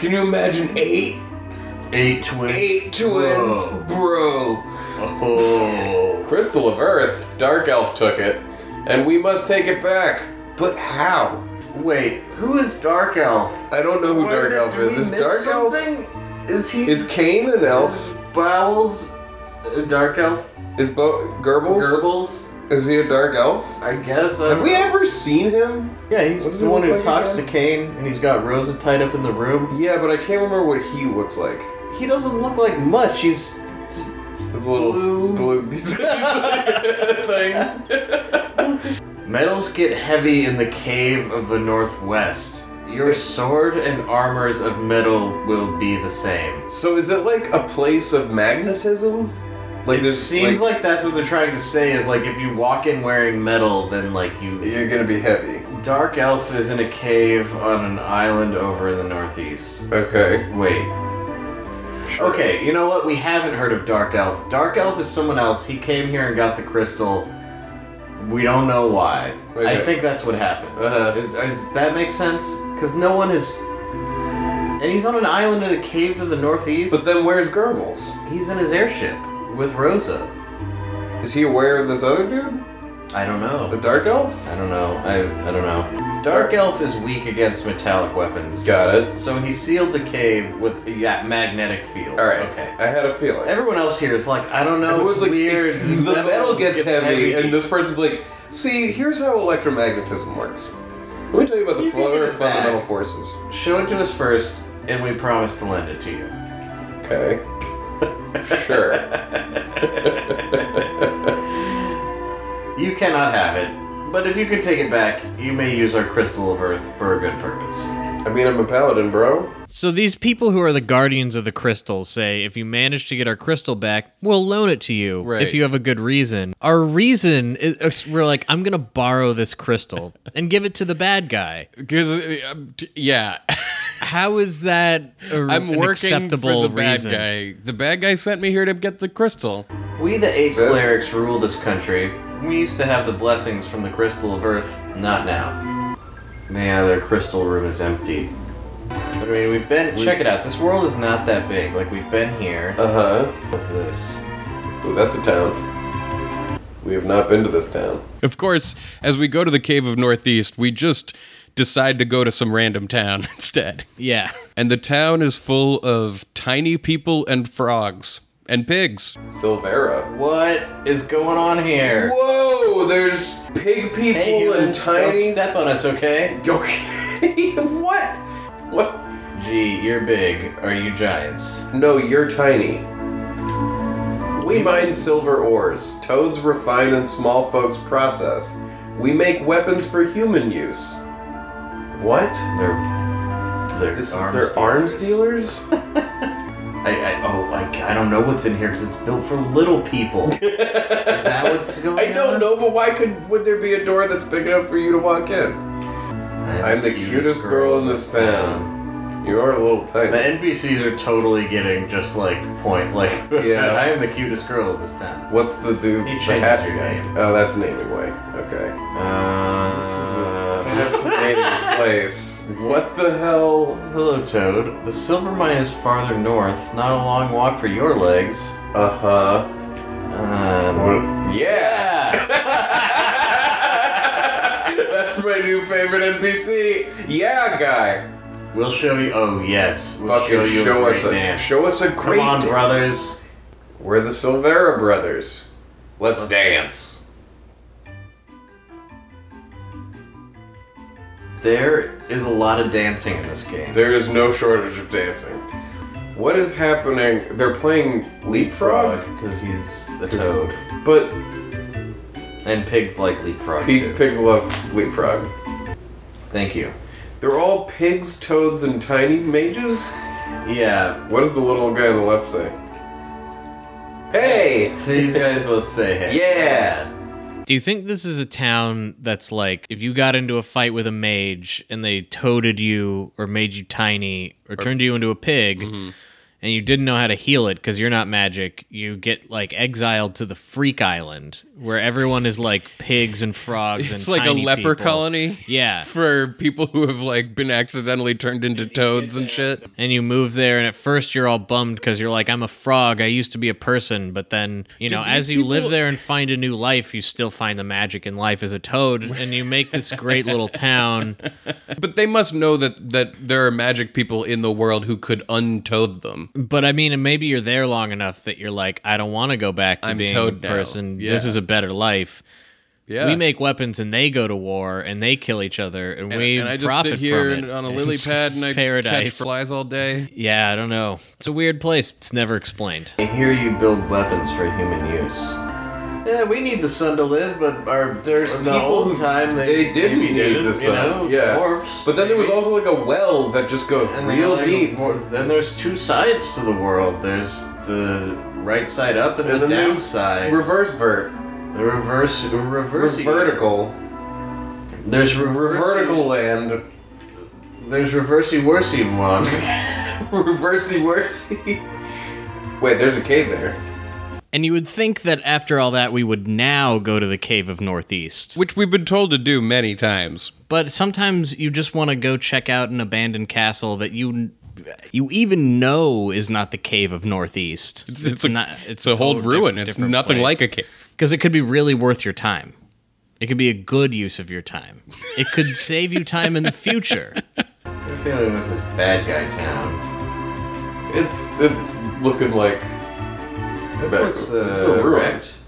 [SPEAKER 2] Can you imagine eight?
[SPEAKER 4] Eight twins.
[SPEAKER 2] Eight twins,
[SPEAKER 4] Whoa.
[SPEAKER 2] bro.
[SPEAKER 4] Oh.
[SPEAKER 2] Crystal of Earth, Dark Elf took it, and we must take it back. But how?
[SPEAKER 4] Wait, who is Dark Elf?
[SPEAKER 2] I don't know who Dark
[SPEAKER 4] Wait,
[SPEAKER 2] Elf
[SPEAKER 4] did
[SPEAKER 2] is.
[SPEAKER 4] we
[SPEAKER 2] Is
[SPEAKER 4] miss
[SPEAKER 2] Dark Elf?
[SPEAKER 4] something? Is he?
[SPEAKER 2] Is Kane an elf?
[SPEAKER 4] Bowels? a Dark Elf?
[SPEAKER 2] Is Bo Goebbels?
[SPEAKER 4] Goebbels?
[SPEAKER 2] Is he a Dark Elf?
[SPEAKER 4] I guess. I
[SPEAKER 2] Have we ever seen him?
[SPEAKER 4] Yeah, he's
[SPEAKER 2] What does
[SPEAKER 4] the
[SPEAKER 2] it
[SPEAKER 4] one
[SPEAKER 2] look
[SPEAKER 4] who
[SPEAKER 2] like
[SPEAKER 4] talks to
[SPEAKER 2] again?
[SPEAKER 4] Kane, and he's got Rosa tied up in the room.
[SPEAKER 2] Yeah, but I can't remember what he looks like.
[SPEAKER 4] He doesn't look like much. He's
[SPEAKER 2] His little
[SPEAKER 4] Blue.
[SPEAKER 2] blue thing.
[SPEAKER 4] metals get heavy in the cave of the northwest. Your sword and armors of metal will be the same.
[SPEAKER 2] So is it like a place of magnetism? Like
[SPEAKER 4] It
[SPEAKER 2] there's,
[SPEAKER 4] seems like, that's what they're trying to say is like if you walk in wearing metal, then like you.
[SPEAKER 2] you're gonna be heavy.
[SPEAKER 4] Dark Elf is in a cave on an island over in the northeast.
[SPEAKER 2] Okay.
[SPEAKER 4] Wait.
[SPEAKER 2] Sure.
[SPEAKER 4] Okay, you know what? We haven't heard of Dark Elf. Dark Elf is someone else. He came here and got the crystal. We don't know why. I
[SPEAKER 2] Okay.
[SPEAKER 4] think that's what happened.
[SPEAKER 2] Uh-huh.
[SPEAKER 4] Is, is that make sense? Because no one has. And he's on an island in the caves of the northeast.
[SPEAKER 2] But then where's Goebbels?
[SPEAKER 4] he's in his airship with Rosa.
[SPEAKER 2] Is he aware of this other dude?
[SPEAKER 4] I don't
[SPEAKER 2] The
[SPEAKER 4] know.
[SPEAKER 2] Dark Elf?
[SPEAKER 4] I don't know. I I don't know. Dark Elf is weak against metallic weapons.
[SPEAKER 2] Got it.
[SPEAKER 4] So he sealed the cave with yeah magnetic field.
[SPEAKER 2] All right.
[SPEAKER 4] Okay.
[SPEAKER 2] I had a feeling.
[SPEAKER 4] Everyone else here is like, I don't know.
[SPEAKER 2] Everyone's
[SPEAKER 4] it's
[SPEAKER 2] Oh, like,
[SPEAKER 4] weird.
[SPEAKER 2] it- the metal, gets, heavy, and this person's like, see, here's how electromagnetism works. Let me tell you about the
[SPEAKER 4] You can
[SPEAKER 2] four
[SPEAKER 4] get it
[SPEAKER 2] fundamental
[SPEAKER 4] back.
[SPEAKER 2] forces.
[SPEAKER 4] Show it to us first, and we promise to lend it to you.
[SPEAKER 2] Okay. sure.
[SPEAKER 4] You cannot have it, but if you can take it back, you may use our crystal of earth for a good purpose.
[SPEAKER 2] I mean, I'm a paladin, bro.
[SPEAKER 3] So these people who are the guardians of the crystal say, if you manage to get our crystal back, we'll loan it to you
[SPEAKER 8] Right.
[SPEAKER 3] if you have a good reason. Our reason is is we're like, I'm gonna borrow this crystal and give it to the bad guy.
[SPEAKER 8] Because, uh, um, t- yeah,
[SPEAKER 3] How is that? i
[SPEAKER 8] I'm working
[SPEAKER 3] an
[SPEAKER 8] for
[SPEAKER 3] acceptable
[SPEAKER 8] the bad
[SPEAKER 3] reason?
[SPEAKER 8] guy. The bad guy sent me here to get the crystal.
[SPEAKER 4] We, the eight
[SPEAKER 2] Sis?
[SPEAKER 4] clerics, rule this country. We used to have the blessings from the crystal of earth, not now. Yeah, their crystal room is empty. But I mean, we've been. check it out. This world is not that big. Like, we've been here.
[SPEAKER 2] Uh huh.
[SPEAKER 4] What's this?
[SPEAKER 2] that's a town. We have not been to this town.
[SPEAKER 8] Of course, as we go to the Cave of Northeast, we just decide to go to some random town instead.
[SPEAKER 3] Yeah.
[SPEAKER 8] And the town is full of tiny people and frogs and pigs.
[SPEAKER 2] Silvera.
[SPEAKER 4] What is going on here?
[SPEAKER 2] Whoa, there's pig people
[SPEAKER 4] Hey, human,
[SPEAKER 2] and tiny.
[SPEAKER 4] Don't step on us, okay?
[SPEAKER 2] Okay. what? What?
[SPEAKER 4] Gee, you're big. Are you giants?
[SPEAKER 2] No, you're tiny. We mine silver ores. Toads refine and small folks process. We make weapons for human use. What?
[SPEAKER 4] They're they're
[SPEAKER 2] This,
[SPEAKER 4] arms
[SPEAKER 2] they're
[SPEAKER 4] dealers.
[SPEAKER 2] arms dealers?
[SPEAKER 4] I, I oh I, I don't know what's in here because it's built for little people. is that what's going on?
[SPEAKER 2] I don't know, but why could would there be a door that's big enough for you to walk in? I'm the cutest girl in this town. You are a little
[SPEAKER 4] The
[SPEAKER 2] tiny.
[SPEAKER 4] NPCs are totally getting just like point like
[SPEAKER 2] Yeah.
[SPEAKER 4] I am the cutest girl in this town.
[SPEAKER 2] What's the dude?
[SPEAKER 4] He
[SPEAKER 2] the
[SPEAKER 4] changed
[SPEAKER 2] hat
[SPEAKER 4] your
[SPEAKER 2] guy?
[SPEAKER 4] name.
[SPEAKER 2] Oh, that's naming way. Okay.
[SPEAKER 4] Uh,
[SPEAKER 2] This is a fascinating place. What the hell?
[SPEAKER 4] Hello, Toad. The silver mine is farther north. Not a long walk for your legs.
[SPEAKER 2] Uh huh.
[SPEAKER 4] Um,
[SPEAKER 2] Yeah.
[SPEAKER 4] yeah.
[SPEAKER 2] That's my new favorite NPC. Yeah, guy.
[SPEAKER 4] we'll show you. Oh yes. We'll
[SPEAKER 2] Fucking show,
[SPEAKER 4] you a great
[SPEAKER 2] us a
[SPEAKER 4] dance.
[SPEAKER 2] show us a
[SPEAKER 4] Come
[SPEAKER 2] great
[SPEAKER 4] on,
[SPEAKER 2] dance.
[SPEAKER 4] brothers.
[SPEAKER 2] We're the Silvera brothers. Let's, dance.
[SPEAKER 4] There is a lot of dancing in this game.
[SPEAKER 2] There is no shortage of dancing. What is happening? They're playing leapfrog,
[SPEAKER 4] because he's a
[SPEAKER 2] 'Cause-
[SPEAKER 4] toad,
[SPEAKER 2] but
[SPEAKER 4] and pigs like leapfrog
[SPEAKER 2] pe-
[SPEAKER 4] too.
[SPEAKER 2] pigs love leapfrog.
[SPEAKER 4] Thank you.
[SPEAKER 2] They're all pigs, toads, and tiny mages.
[SPEAKER 4] Yeah.
[SPEAKER 2] What does the little guy on the left say? Hey!
[SPEAKER 4] So these guys both say hey.
[SPEAKER 2] Yeah.
[SPEAKER 3] Do you think this is a town that's like if you got into a fight with a mage and they toaded you or made you tiny or, turned you into a pig
[SPEAKER 8] Mm-hmm.
[SPEAKER 3] and you didn't know how to heal it because you're not magic, you get like exiled to the freak island where everyone is like pigs and frogs and
[SPEAKER 8] It's like a
[SPEAKER 3] tiny
[SPEAKER 8] leper
[SPEAKER 3] people.
[SPEAKER 8] colony.
[SPEAKER 3] Yeah.
[SPEAKER 8] For people who have like been accidentally turned into toads and shit.
[SPEAKER 3] and you move there and at first you're all bummed because you're like i'm a frog i used to be a person but then you know
[SPEAKER 8] these
[SPEAKER 3] as you live
[SPEAKER 8] people-
[SPEAKER 3] there and find a new life you still find the magic in life as a toad and you make this great little town
[SPEAKER 8] But they must know that that there are magic people in the world who could untoad them.
[SPEAKER 3] but i mean and maybe you're there long enough that you're like i don't want to go back to
[SPEAKER 8] I'm
[SPEAKER 3] being
[SPEAKER 8] toad
[SPEAKER 3] a
[SPEAKER 8] now.
[SPEAKER 3] person this
[SPEAKER 8] Yeah.
[SPEAKER 3] is a better life
[SPEAKER 8] Yeah.
[SPEAKER 3] we make weapons and they go to war and they kill each other and,
[SPEAKER 8] and,
[SPEAKER 3] we
[SPEAKER 8] and I just
[SPEAKER 3] profit
[SPEAKER 8] sit here
[SPEAKER 3] from
[SPEAKER 8] and
[SPEAKER 3] it.
[SPEAKER 8] on a lily
[SPEAKER 3] It's
[SPEAKER 8] pad and I catch
[SPEAKER 3] paradise
[SPEAKER 8] flies all day.
[SPEAKER 3] yeah i don't know it's a weird place it's never explained
[SPEAKER 4] And here you build weapons for human use. Yeah, we need the sun to live, but our there's
[SPEAKER 2] The
[SPEAKER 4] the
[SPEAKER 2] whole
[SPEAKER 4] old time they,
[SPEAKER 2] They didn't
[SPEAKER 4] maybe
[SPEAKER 2] need
[SPEAKER 4] didn't,
[SPEAKER 2] the
[SPEAKER 4] you know,
[SPEAKER 2] sun. uh, yeah.
[SPEAKER 4] dwarfs,
[SPEAKER 2] but then there was
[SPEAKER 4] maybe.
[SPEAKER 2] also like a well that just goes
[SPEAKER 4] And they're
[SPEAKER 2] real
[SPEAKER 4] like-
[SPEAKER 2] deep.
[SPEAKER 4] Then there's two sides to the world. There's the right side up and,
[SPEAKER 2] And
[SPEAKER 4] the
[SPEAKER 2] then
[SPEAKER 4] down
[SPEAKER 2] there's
[SPEAKER 4] side.
[SPEAKER 2] reverse vert.
[SPEAKER 4] the reverse, reverse,
[SPEAKER 2] Vertical.
[SPEAKER 4] There's reverse,
[SPEAKER 2] Vertical land.
[SPEAKER 4] There's reversey worsey one.
[SPEAKER 2] Reversey worsey. Wait, there's a cave there.
[SPEAKER 3] And you would think that after all that, we would now go to the Cave of Northeast.
[SPEAKER 8] Which we've been told to do many times.
[SPEAKER 3] But sometimes you just want to go check out an abandoned castle that you you even know is not the Cave of Northeast.
[SPEAKER 8] It's, it's a, it's a whole ruin. It's nothing like a cave.
[SPEAKER 3] Because it could be really worth your time. It could be a good use of your time. It could save you time in the future.
[SPEAKER 4] I'm feeling this is bad guy town.
[SPEAKER 2] It's it's looking like
[SPEAKER 4] This
[SPEAKER 2] Bad-
[SPEAKER 4] looks uh,
[SPEAKER 2] this is a ruin.
[SPEAKER 4] wrecked.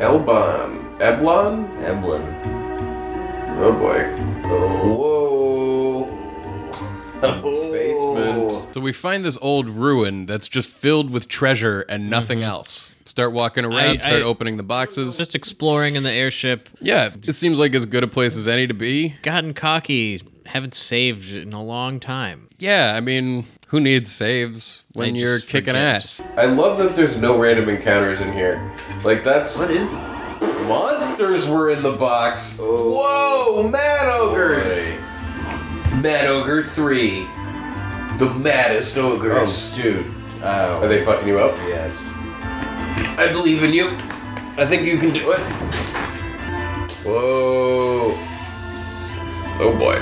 [SPEAKER 2] Elbon. Eblon?
[SPEAKER 4] Eblin.
[SPEAKER 2] Oh boy. Whoa. Basement.
[SPEAKER 8] So we find this old ruin that's just filled with treasure and nothing else. Start walking around,
[SPEAKER 3] I-
[SPEAKER 8] start
[SPEAKER 3] I-
[SPEAKER 8] opening the boxes.
[SPEAKER 3] Just exploring in the airship,
[SPEAKER 8] Yeah, it seems like as good a place as any to be.
[SPEAKER 3] gotten cocky, haven't saved in a long time.
[SPEAKER 8] Yeah, I mean, who needs saves when
[SPEAKER 3] They
[SPEAKER 8] you're
[SPEAKER 3] just
[SPEAKER 8] kicking
[SPEAKER 3] forget.
[SPEAKER 8] ass?
[SPEAKER 2] I love that there's no random encounters in here. Like that's
[SPEAKER 4] What is?
[SPEAKER 2] monsters were in the box. Whoa, Mad Ogres!
[SPEAKER 4] Boy.
[SPEAKER 2] Mad Ogre 3. The maddest
[SPEAKER 4] Oh,
[SPEAKER 2] ogres.
[SPEAKER 4] dude. Oh,
[SPEAKER 2] Are they fucking you up?
[SPEAKER 4] yes.
[SPEAKER 2] I believe in you. I think you can do it. Whoa. Oh boy.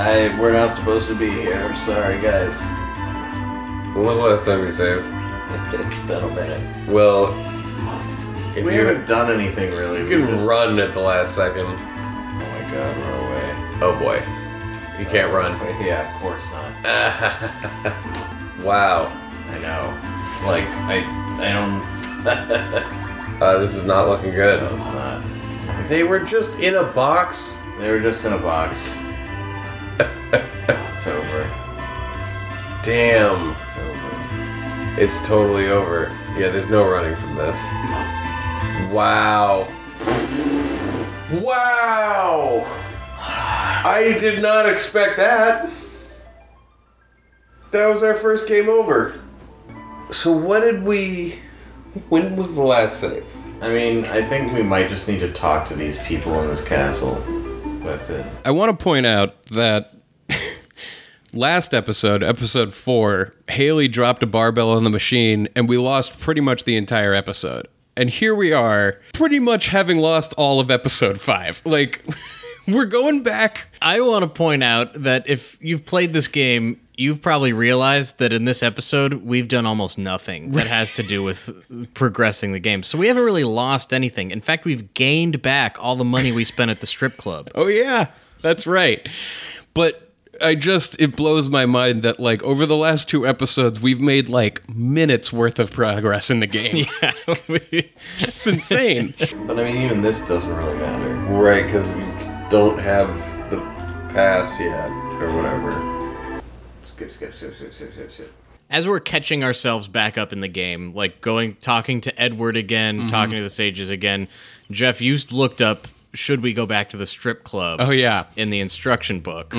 [SPEAKER 4] I we're not supposed to be here. I'm sorry, guys.
[SPEAKER 2] When was the last time you saved?
[SPEAKER 4] It's been a minute.
[SPEAKER 2] Well, if
[SPEAKER 4] We
[SPEAKER 2] you
[SPEAKER 4] haven't done anything really.
[SPEAKER 2] you can run at the last second.
[SPEAKER 4] Oh my god, we're away.
[SPEAKER 2] Oh boy. You can't run.
[SPEAKER 4] Wait, yeah, of course not.
[SPEAKER 2] wow.
[SPEAKER 4] I know. Like, I I don't.
[SPEAKER 2] Uh, this is not looking
[SPEAKER 4] No,
[SPEAKER 2] good.
[SPEAKER 4] it's not.
[SPEAKER 2] They were just in a box.
[SPEAKER 4] They were just in a box. it's over.
[SPEAKER 2] Damn.
[SPEAKER 4] It's over.
[SPEAKER 2] It's totally over. Yeah, there's no running from this. Wow. Wow! I did not expect that. That was our first game over. So when did we when was the last save?
[SPEAKER 4] I mean, I think we might just need to talk to these people in this castle. That's it.
[SPEAKER 8] I want to point out that last episode, episode four, Haley dropped a barbell on the machine and we lost pretty much the entire episode. And here we are, pretty much having lost all of episode five. Like, we're going back.
[SPEAKER 3] I want to point out that if you've played this game, you've probably realized that in this episode, we've done almost nothing that has to do with progressing the game. So we haven't really lost anything. In fact, we've gained back all the money we spent at the strip club.
[SPEAKER 8] Oh, yeah, that's right. But I just, it blows my mind that, like, over the last two episodes, we've made, like, minutes worth of progress in the game. It's insane.
[SPEAKER 4] But I mean, even this doesn't really matter.
[SPEAKER 2] Right, because we don't have the pass yet, or whatever.
[SPEAKER 4] Skip, skip, skip, skip, skip, skip, skip.
[SPEAKER 3] As we're catching ourselves back up in the game, like going, talking to Edward again,
[SPEAKER 8] Mm-hmm.
[SPEAKER 3] talking to the sages again, Jeff, you looked up, should we go back to the strip club?
[SPEAKER 8] Oh, yeah. Mm-hmm.
[SPEAKER 3] in the instruction book.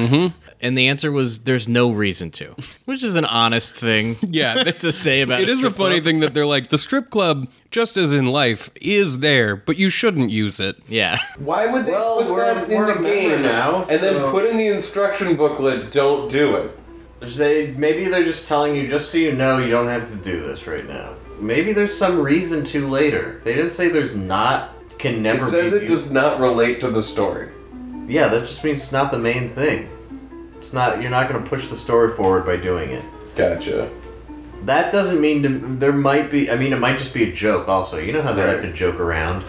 [SPEAKER 3] And the answer was there's no reason to, which is an honest thing
[SPEAKER 8] Yeah.
[SPEAKER 3] to say about
[SPEAKER 8] It is a
[SPEAKER 3] strip
[SPEAKER 8] funny
[SPEAKER 3] club.
[SPEAKER 8] thing that they're like the strip club, just as in life, is there, but you shouldn't use it.
[SPEAKER 3] Yeah.
[SPEAKER 2] Why would they
[SPEAKER 4] Well,
[SPEAKER 2] put
[SPEAKER 4] we're-
[SPEAKER 2] that
[SPEAKER 4] we're a
[SPEAKER 2] in the
[SPEAKER 4] member
[SPEAKER 2] game
[SPEAKER 4] now,
[SPEAKER 2] and then
[SPEAKER 4] so-
[SPEAKER 2] put in the instruction booklet? Don't do it.
[SPEAKER 4] They maybe they're just telling you just so you know you don't have to do this right now. Maybe there's some reason to later. They didn't say there's not can never.
[SPEAKER 2] It says
[SPEAKER 4] be
[SPEAKER 2] it does not relate to the story.
[SPEAKER 4] Yeah, that just means it's not the main thing. It's not. You're not going to push the story forward by doing it.
[SPEAKER 2] Gotcha.
[SPEAKER 4] That doesn't mean to, there might be. I mean, it might just be a joke. Also, you know how they like to joke around.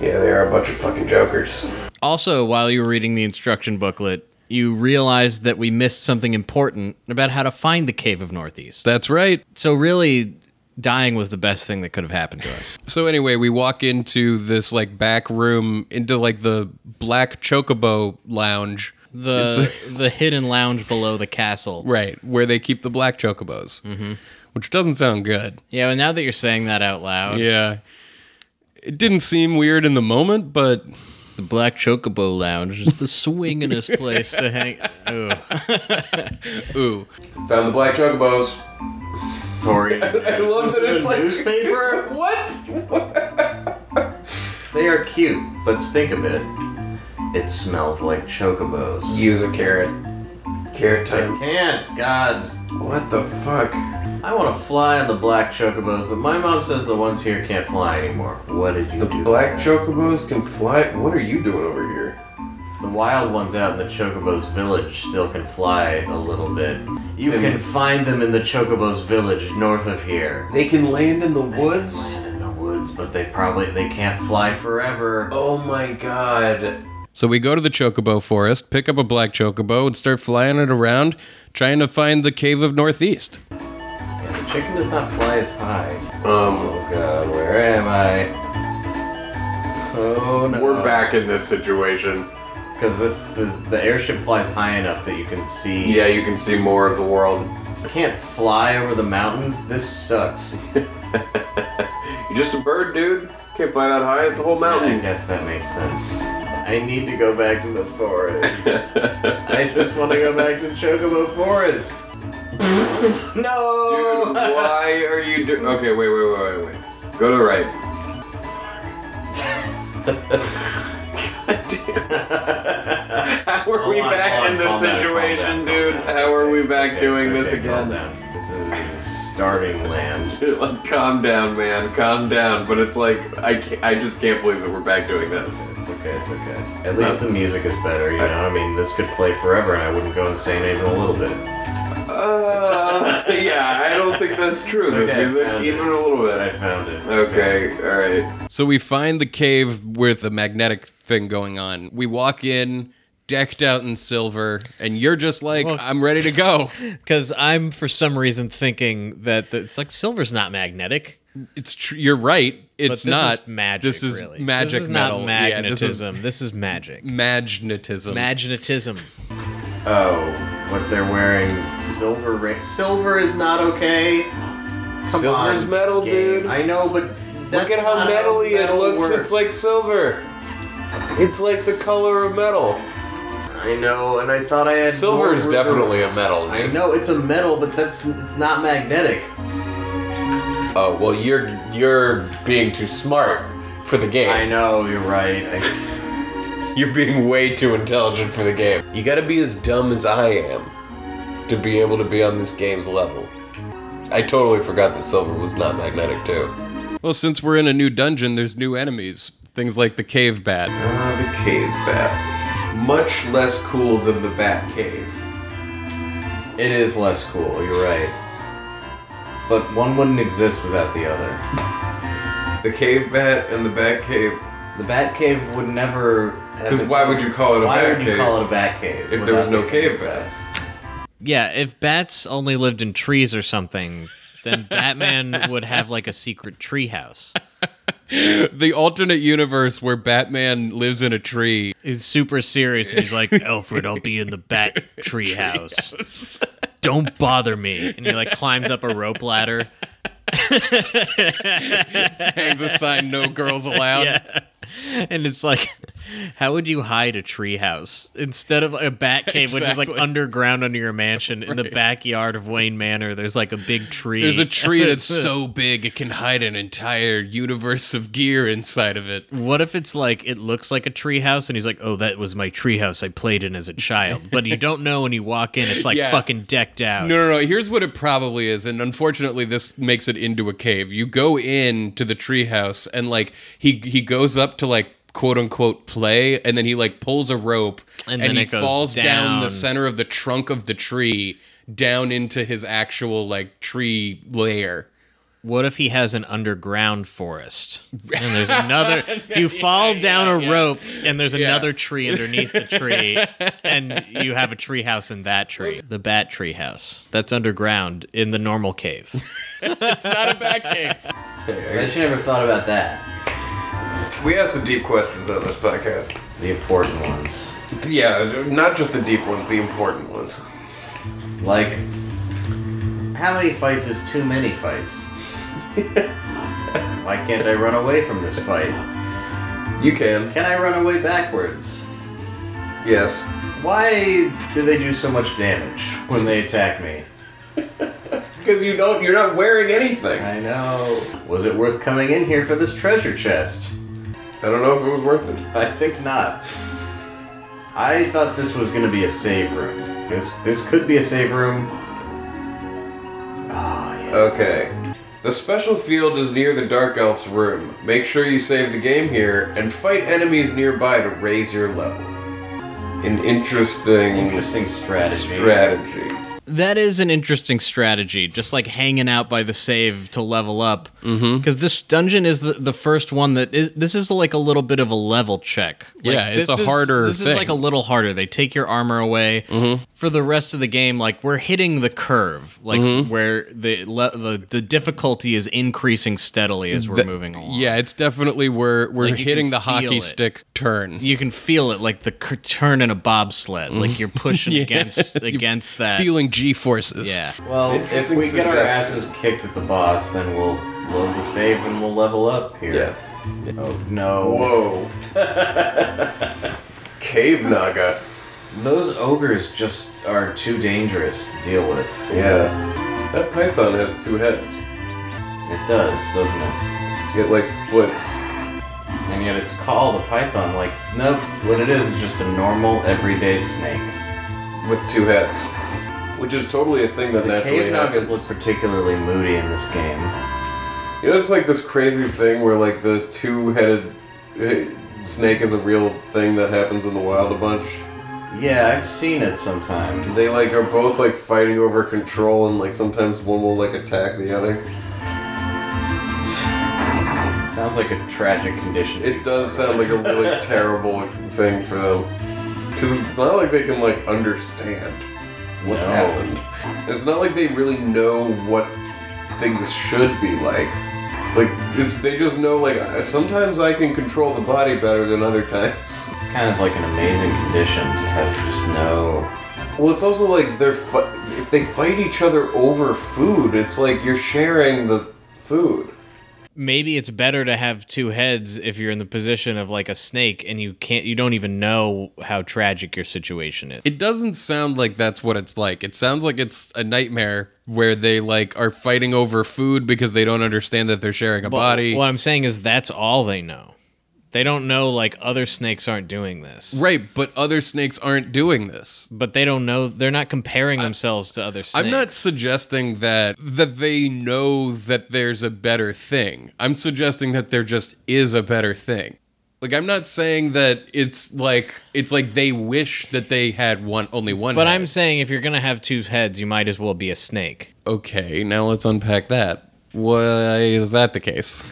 [SPEAKER 2] Yeah, they are a bunch of fucking jokers.
[SPEAKER 3] Also, while you were reading the instruction booklet, you realized that we missed something important about how to find the Cave of Northeast.
[SPEAKER 8] That's right.
[SPEAKER 3] So really dying was the best thing that could have happened to us.
[SPEAKER 8] So anyway, we walk into this like back room into like the black chocobo lounge.
[SPEAKER 3] The the hidden lounge below the castle.
[SPEAKER 8] Right, where they keep the black chocobos. Mm-hmm. Which doesn't sound good.
[SPEAKER 3] Yeah, well, now that you're saying that out loud,
[SPEAKER 8] Yeah. It didn't seem weird in the moment, but
[SPEAKER 3] the Black Chocobo Lounge is the swinginest place to hang. Ugh.
[SPEAKER 8] ooh.
[SPEAKER 2] Found the black chocobos.
[SPEAKER 4] Tori,
[SPEAKER 2] I love that it's like
[SPEAKER 4] newspaper. They are cute, but stink a bit. It smells like chocobos.
[SPEAKER 2] Use a carrot. Carrot
[SPEAKER 4] I
[SPEAKER 2] time.
[SPEAKER 4] can't. God,
[SPEAKER 2] What the fuck?
[SPEAKER 4] I want to fly on the black chocobos, but my mom says the ones here can't fly anymore. What did you
[SPEAKER 2] The
[SPEAKER 4] do?
[SPEAKER 2] black chocobos can fly. What are you doing over here?
[SPEAKER 4] The wild ones out in the Chocobo's village still can fly a little bit. You can find them in the Chocobo's village north of here.
[SPEAKER 2] They can land in the
[SPEAKER 4] They can land in the woods, but they probably they can't fly forever.
[SPEAKER 2] Oh my god.
[SPEAKER 8] So we go to the chocobo forest, pick up a black chocobo, and start flying it around, trying to find the cave of northeast.
[SPEAKER 4] Yeah, the chicken does not fly as high.
[SPEAKER 2] Um,
[SPEAKER 4] Oh god, where am I? Oh no.
[SPEAKER 2] we're back in this situation.
[SPEAKER 4] Because this is the airship flies high enough that you can see.
[SPEAKER 2] Yeah, you can see more of the world.
[SPEAKER 4] You can't fly over the mountains. This sucks.
[SPEAKER 2] You're just a bird, dude. Can't fly that high. It's a whole
[SPEAKER 4] I guess that makes sense. I need to go back to the forest. I just want to go back to Chocobo Forest.
[SPEAKER 2] Dude,
[SPEAKER 4] no!
[SPEAKER 2] why are you doing? Okay, wait, wait, wait, wait, wait. Go to the right. God damn it. How are we
[SPEAKER 4] Calm
[SPEAKER 2] back
[SPEAKER 4] down,
[SPEAKER 2] in this
[SPEAKER 4] calm down,
[SPEAKER 2] situation,
[SPEAKER 4] calm down, calm
[SPEAKER 2] dude?
[SPEAKER 4] down.
[SPEAKER 2] How are we back
[SPEAKER 4] Okay,
[SPEAKER 2] doing
[SPEAKER 4] it's
[SPEAKER 2] this
[SPEAKER 4] okay, calm
[SPEAKER 2] again?
[SPEAKER 4] down. This is starting land.
[SPEAKER 2] like, calm down, man. Calm down. But it's like I can't, I just can't believe that we're back doing this.
[SPEAKER 4] It's okay, it's okay. At least the music is better, you know? I mean, this could play forever and I wouldn't go insane even a little bit.
[SPEAKER 2] Uh, yeah, I don't think that's true. Just
[SPEAKER 4] Okay,
[SPEAKER 2] gives it
[SPEAKER 4] found
[SPEAKER 2] even
[SPEAKER 4] it.
[SPEAKER 2] a little
[SPEAKER 1] I
[SPEAKER 2] bit.
[SPEAKER 1] found it.
[SPEAKER 2] Okay, all right.
[SPEAKER 10] So we find the cave with the magnetic thing going on. We walk in, decked out in silver, and you're just like,
[SPEAKER 3] Well-
[SPEAKER 10] I'm ready to go.
[SPEAKER 3] Because I'm for some reason thinking that the, it's like silver's not magnetic.
[SPEAKER 10] It's tr- you're right.
[SPEAKER 3] But
[SPEAKER 10] It's
[SPEAKER 3] this
[SPEAKER 10] not
[SPEAKER 3] is magic.
[SPEAKER 10] This is
[SPEAKER 3] really.
[SPEAKER 10] magic
[SPEAKER 3] This is
[SPEAKER 10] metal.
[SPEAKER 3] not
[SPEAKER 10] Yeah, this is
[SPEAKER 3] magnetism. this, is, magic.
[SPEAKER 10] magnetism.
[SPEAKER 3] Magnetism.
[SPEAKER 4] Oh, but they're wearing silver ring. Silver is not okay. Come
[SPEAKER 2] Silver's
[SPEAKER 4] on,
[SPEAKER 2] metal,
[SPEAKER 4] game.
[SPEAKER 2] dude.
[SPEAKER 4] I know, but that's
[SPEAKER 2] Look at how
[SPEAKER 4] not
[SPEAKER 2] metally
[SPEAKER 4] metal
[SPEAKER 2] it looks.
[SPEAKER 4] Works.
[SPEAKER 2] It's like silver. It's like the color of metal.
[SPEAKER 4] I know, and I thought I had
[SPEAKER 2] Silver is
[SPEAKER 4] more-
[SPEAKER 2] definitely a metal,
[SPEAKER 4] I
[SPEAKER 2] dude.
[SPEAKER 4] know it's a metal, but that's it's not magnetic.
[SPEAKER 2] Oh well, you're you're being too smart for the game.
[SPEAKER 4] I know you're right. I,
[SPEAKER 2] You're being way too intelligent for the game. You gotta be as dumb as I am to be able to be on this game's level. I totally forgot that silver was not magnetic too.
[SPEAKER 10] Well, since we're in a new dungeon, there's new enemies. Things like the cave bat.
[SPEAKER 2] Ah, the cave bat. Much less cool than the bat cave.
[SPEAKER 4] it is less cool. You're right. But one wouldn't exist without the other.
[SPEAKER 2] The cave bat and the bat cave.
[SPEAKER 4] The Batcave would never. have
[SPEAKER 2] Because
[SPEAKER 4] a-
[SPEAKER 2] why would you call it a
[SPEAKER 4] why
[SPEAKER 2] bat
[SPEAKER 4] would you
[SPEAKER 2] cave?
[SPEAKER 4] call it a Batcave
[SPEAKER 2] if there was
[SPEAKER 4] without
[SPEAKER 2] no
[SPEAKER 4] the
[SPEAKER 2] cave bats?
[SPEAKER 3] Yeah, if bats only lived in trees or something, then Batman would have like a secret tree house.
[SPEAKER 10] The alternate universe where Batman lives in a tree.
[SPEAKER 3] He's super serious and he's like, Alfred, I'll be in the bat tree, house. Don't bother me. And he like climbs up a rope ladder.
[SPEAKER 10] hangs a sign no girls allowed
[SPEAKER 3] Yeah. And it's like, how would you hide a tree house instead of a bat cave, which is like
[SPEAKER 10] Exactly.
[SPEAKER 3] underground under your mansion in the backyard of Wayne Manor? There's like a big tree.
[SPEAKER 10] there's a tree that's so big it can hide an entire universe of gear inside of it
[SPEAKER 3] What if it's like it looks like a treehouse and he's like, "Oh, that was my treehouse I played in as a child," but you don't know when you walk in, it's like
[SPEAKER 10] Yeah.
[SPEAKER 3] fucking decked out.
[SPEAKER 10] no no no here's what it probably is and unfortunately this makes it into a cave you go in to the treehouse and like he he goes up to like quote unquote play and then he like pulls a rope
[SPEAKER 3] And
[SPEAKER 10] and,
[SPEAKER 3] then
[SPEAKER 10] he
[SPEAKER 3] it goes
[SPEAKER 10] falls down. the
[SPEAKER 3] down.
[SPEAKER 10] center of the trunk of the tree down into his actual like tree lair
[SPEAKER 3] What if he has an underground forest and there's another? You fall down a rope and there's another tree underneath the tree, and you have a treehouse in that tree, the bat treehouse that's underground in the normal cave.
[SPEAKER 4] I should never have thought about that.
[SPEAKER 2] We ask the deep questions on this podcast.
[SPEAKER 4] The important ones,
[SPEAKER 2] Yeah, not just the deep ones, the important ones.
[SPEAKER 4] like how many fights is too many fights? why can't I run away from this fight?
[SPEAKER 2] You can.
[SPEAKER 4] Can I run away backwards?
[SPEAKER 2] Yes.
[SPEAKER 4] Why do they do so much damage when they attack me?
[SPEAKER 2] Because you don't. You're not wearing anything. I
[SPEAKER 4] I know. Was it worth coming in here for this treasure chest?
[SPEAKER 2] don't know if it was worth it.
[SPEAKER 4] I think not. I thought this was gonna be a save room. This this could be a save room. Ah, yeah.
[SPEAKER 2] Okay. The special field is near the Dark Elf's room. Make sure you save the game here and fight enemies nearby to raise your level. An interesting,
[SPEAKER 4] Interesting strategy.
[SPEAKER 2] strategy.
[SPEAKER 3] that is an interesting strategy just like hanging out by the save to level up because
[SPEAKER 10] Mm-hmm.
[SPEAKER 3] this dungeon is the, the first one that is this is like a little bit of a level check Like,
[SPEAKER 10] Yeah, it's
[SPEAKER 3] this
[SPEAKER 10] a
[SPEAKER 3] is-
[SPEAKER 10] harder
[SPEAKER 3] this is
[SPEAKER 10] thing. Mm-hmm.
[SPEAKER 3] like a little harder they take your armor away for the rest of the game like we're hitting the curve like
[SPEAKER 10] Mm-hmm.
[SPEAKER 3] where the, le- the the difficulty is increasing steadily as we're
[SPEAKER 10] The-
[SPEAKER 3] moving along
[SPEAKER 10] yeah it's definitely we're we're
[SPEAKER 3] Like, you
[SPEAKER 10] hitting
[SPEAKER 3] can
[SPEAKER 10] the
[SPEAKER 3] feel
[SPEAKER 10] hockey
[SPEAKER 3] it.
[SPEAKER 10] stick turn
[SPEAKER 3] you can feel it like the cur- turn in a bobsled like you're pushing against against that
[SPEAKER 10] feeling G forces.
[SPEAKER 3] yeah
[SPEAKER 4] Well, if
[SPEAKER 2] Interesting
[SPEAKER 4] we get our
[SPEAKER 2] suggestion.
[SPEAKER 4] asses kicked at the boss, then we'll load the save and we'll level up here.
[SPEAKER 2] Yeah.
[SPEAKER 4] Oh no.
[SPEAKER 2] Whoa. Cave Naga.
[SPEAKER 4] Those ogres just are too dangerous to deal with.
[SPEAKER 2] Yeah. That python has two heads.
[SPEAKER 4] It does, doesn't it?
[SPEAKER 2] It like splits.
[SPEAKER 4] And yet it's called a python. Like, nope. What it is is just a normal, everyday snake.
[SPEAKER 2] with two heads, which is totally a thing that
[SPEAKER 4] The
[SPEAKER 2] naturally
[SPEAKER 4] cave nagas
[SPEAKER 2] happens.
[SPEAKER 4] look particularly moody in this game.
[SPEAKER 2] You know, it's like this crazy thing where like the uh, two-headed eh, snake is a real thing that happens in the wild a bunch.
[SPEAKER 4] Yeah, I've seen it sometime.
[SPEAKER 11] They like are both like fighting over control, and like sometimes one will like attack the other.
[SPEAKER 4] Sounds like a tragic condition.
[SPEAKER 11] It does sound like a really terrible thing for them, because it's not like they can like understand what's
[SPEAKER 4] No.
[SPEAKER 11] happened. It's not like they really know what things should be like. Like it's, they just know like I- sometimes I can control the body better than other times.
[SPEAKER 4] It's kind of like an amazing condition to have just no.
[SPEAKER 11] Well, it's also like they're fi- if they fight each other over food, it's like you're sharing the food.
[SPEAKER 3] Maybe it's better to have two heads if you're in the position of like a snake and you can't you don't even know how tragic your situation is.
[SPEAKER 2] It doesn't sound like that's what it's like. It sounds like it's a nightmare where they like are fighting over food because they don't understand that they're sharing a
[SPEAKER 3] But
[SPEAKER 2] body.
[SPEAKER 3] What I'm saying is that's all they know. They don't know like other snakes aren't doing this.
[SPEAKER 2] Right, but other snakes aren't doing this.
[SPEAKER 3] But they don't know they're not comparing themselves to other snakes.
[SPEAKER 2] I'm not suggesting that that they know that there's a better thing. I'm suggesting that there just is a better thing. Like I'm not saying that it's like it's like they wish that they had one only one.
[SPEAKER 3] But
[SPEAKER 2] head.
[SPEAKER 3] I'm saying if you're gonna have two heads, you might as well be a snake.
[SPEAKER 2] okay. Now let's unpack that. Why is that the case?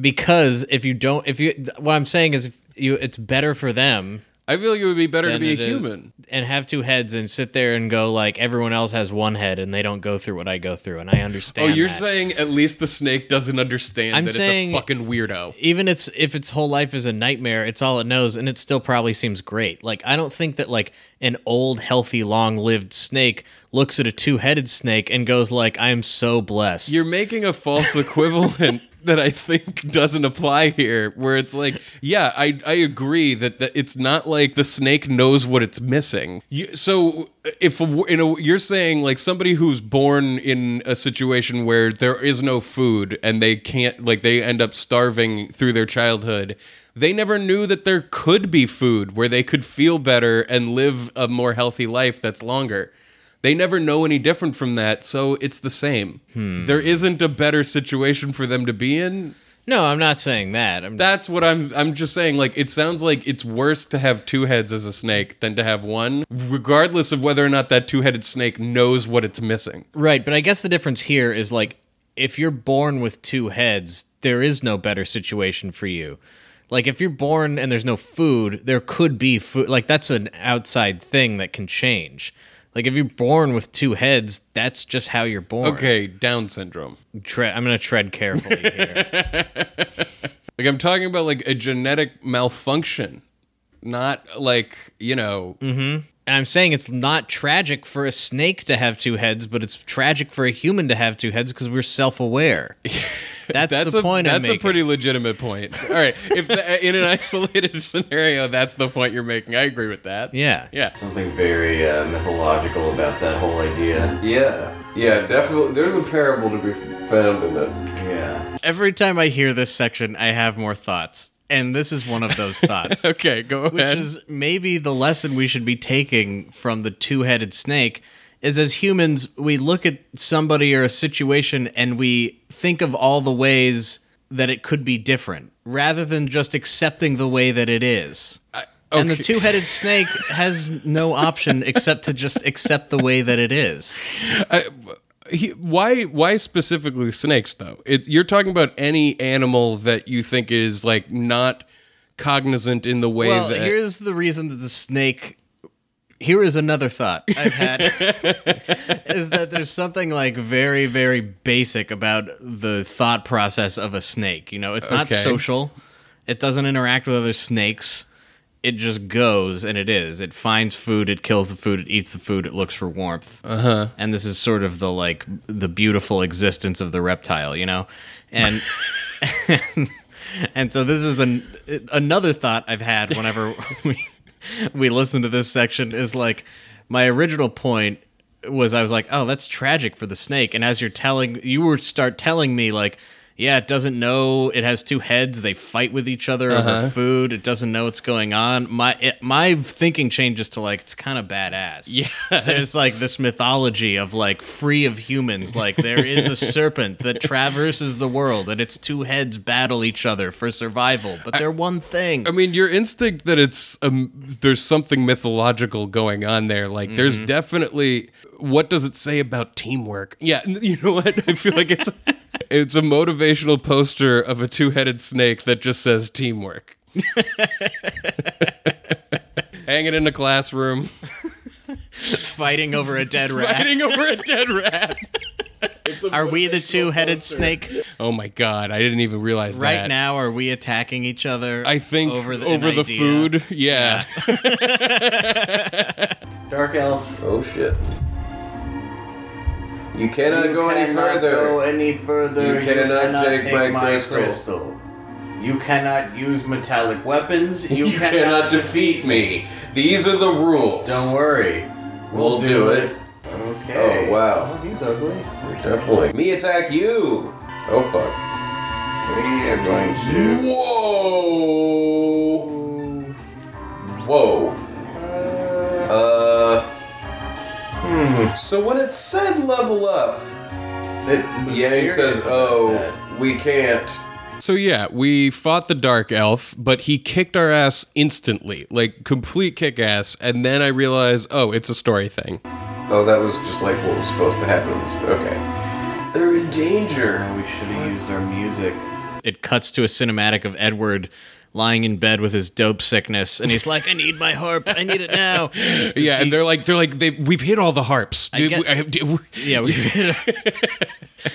[SPEAKER 3] Because if you don't if you th- what I'm saying is if you it's better for them
[SPEAKER 2] I feel like it would be better to
[SPEAKER 3] than
[SPEAKER 2] be a
[SPEAKER 3] it is-
[SPEAKER 2] human.
[SPEAKER 3] and have two heads and sit there and go like everyone else has one head and they don't go through what I go through and I
[SPEAKER 2] Oh,
[SPEAKER 3] understand.
[SPEAKER 2] you're
[SPEAKER 3] that.
[SPEAKER 2] saying at least the snake doesn't understand
[SPEAKER 3] I'm
[SPEAKER 2] that
[SPEAKER 3] saying-
[SPEAKER 2] it's a fucking weirdo.
[SPEAKER 3] even it's if its whole life is a nightmare, it's all it knows, and it still probably seems great. Like I don't think that like an old, healthy, long-lived snake looks at a two-headed snake and goes like, "I am so blessed."
[SPEAKER 2] You're making a false equivalent that I think doesn't apply here, where it's like, yeah, I, I agree that, that it's not like the snake knows what it's missing. You, so if a w- in a, you're saying like somebody who's born in a situation where there is no food and they can't like they end up starving through their childhood. They never knew that there could be food where they could feel better and live a more healthy life that's longer. They never know any different from that, so it's the same.
[SPEAKER 3] Hmm.
[SPEAKER 2] There isn't a better situation for them to be in.
[SPEAKER 3] no, I'm not saying that. I'm
[SPEAKER 2] That's what I'm I'm just saying like it sounds like it's worse to have two heads as a snake than to have one, regardless of whether or not that two-headed snake knows what it's missing.
[SPEAKER 3] right, but I guess the difference here is like if you're born with two heads, there is no better situation for you. Like if you're born and there's no food, there could be food. Like that's an outside thing that can change. Like if you're born with two heads, that's just how you're born.
[SPEAKER 2] Okay, down syndrome.
[SPEAKER 3] Tre- I'm going to tread carefully here.
[SPEAKER 2] Like I'm talking about like a genetic malfunction, not like, you know,
[SPEAKER 3] Mm, and I'm saying it's not tragic for a snake to have two heads, but it's tragic for a human to have two heads because we're self-aware. That's,
[SPEAKER 2] that's
[SPEAKER 3] the
[SPEAKER 2] a,
[SPEAKER 3] point
[SPEAKER 2] That's
[SPEAKER 3] I'm making.
[SPEAKER 2] a pretty legitimate point. All right, if the, in an isolated scenario, that's the point you're making. I agree with that.
[SPEAKER 3] yeah.
[SPEAKER 2] Yeah.
[SPEAKER 4] Something very uh, mythological about that whole idea.
[SPEAKER 11] Yeah, yeah, definitely. There's a parable to be found in it.
[SPEAKER 4] Yeah.
[SPEAKER 3] Every time I hear this section, I have more thoughts, and this is one of those thoughts.
[SPEAKER 2] Okay, go
[SPEAKER 3] which
[SPEAKER 2] ahead.
[SPEAKER 3] is maybe the lesson we should be taking from the two-headed snake is as humans we look at somebody or a situation and we think of all the ways that it could be different rather than just accepting the way that it is and the
[SPEAKER 2] okay.
[SPEAKER 3] two-headed snake has no option except to just accept the way that it is
[SPEAKER 2] He, why? Why specifically snakes though? It, you're talking about any animal that you think is like not cognizant in the way
[SPEAKER 3] well
[SPEAKER 2] that.
[SPEAKER 3] here's the reason that the snake here is another thought i've had is that there's something like very very basic about the thought process of a snake you know it's not
[SPEAKER 2] Okay.
[SPEAKER 3] social it doesn't interact with other snakes it just goes and it is it finds food it kills the food it eats the food it looks for warmth uh-huh and this is sort of the like the beautiful existence of the reptile you know and and so this is an another thought I've had whenever we we listen to this section is like my original point was I was like, oh, that's tragic for the snake. And as you're telling, you would start telling me like, yeah, it doesn't know it has two heads. They fight with each other over food. It doesn't know what's going on. My it, my thinking changes to like it's kind of badass. Yeah, there's like this mythology of like free of humans. Like there is a serpent that traverses the world, and its two heads battle each other for survival. But they're one thing.
[SPEAKER 10] I mean, your instinct that it's um, there's something mythological going on there. Like, there's definitely what does it say about teamwork? Yeah, n- you know what? I feel like it's it's a motivational poster of a two-headed snake that just says teamwork. Hanging in a classroom,
[SPEAKER 3] fighting over a dead rat.
[SPEAKER 10] fighting over a dead rat.
[SPEAKER 3] Are we the two-headed snake
[SPEAKER 10] Oh my god, I didn't even realize
[SPEAKER 3] right
[SPEAKER 10] that.
[SPEAKER 3] now? Are we attacking each other?
[SPEAKER 10] I think over the, over the food. Yeah.
[SPEAKER 4] Dark elf.
[SPEAKER 2] Oh shit. You cannot
[SPEAKER 4] you
[SPEAKER 2] go any
[SPEAKER 4] cannot
[SPEAKER 2] further.
[SPEAKER 4] Go any further.
[SPEAKER 2] You cannot take my crystal.
[SPEAKER 4] You cannot use metallic weapons. You,
[SPEAKER 2] You, cannot, defeat me. These are the rules.
[SPEAKER 4] Don't worry.
[SPEAKER 2] We'll do it.
[SPEAKER 4] Okay.
[SPEAKER 2] Oh, wow.
[SPEAKER 4] Oh, he's ugly.
[SPEAKER 2] Definitely. Me attack you. Oh fuck.
[SPEAKER 4] We are going to.
[SPEAKER 2] Whoa. Whoa. Uh. Hmm. So when it said level up,
[SPEAKER 4] It was
[SPEAKER 2] Yang
[SPEAKER 4] serious
[SPEAKER 2] says,
[SPEAKER 4] about
[SPEAKER 2] "Oh,
[SPEAKER 4] that.
[SPEAKER 2] we can't."
[SPEAKER 10] So yeah, we fought the dark elf, but he kicked our ass instantly, like complete kick ass. And then I realized, oh, it's a story thing.
[SPEAKER 2] Oh, that was just like what was supposed to happen. in this- Okay. They're in danger.
[SPEAKER 4] Oh, We should have used our music.
[SPEAKER 3] it cuts to a cinematic of Edward lying in bed with his dope sickness, and he's like, "I need my harp. I need it now."
[SPEAKER 10] Yeah, and they're like, they're like, they we've hit all the harps.
[SPEAKER 3] I guess-
[SPEAKER 10] I- I-
[SPEAKER 3] Yeah, we.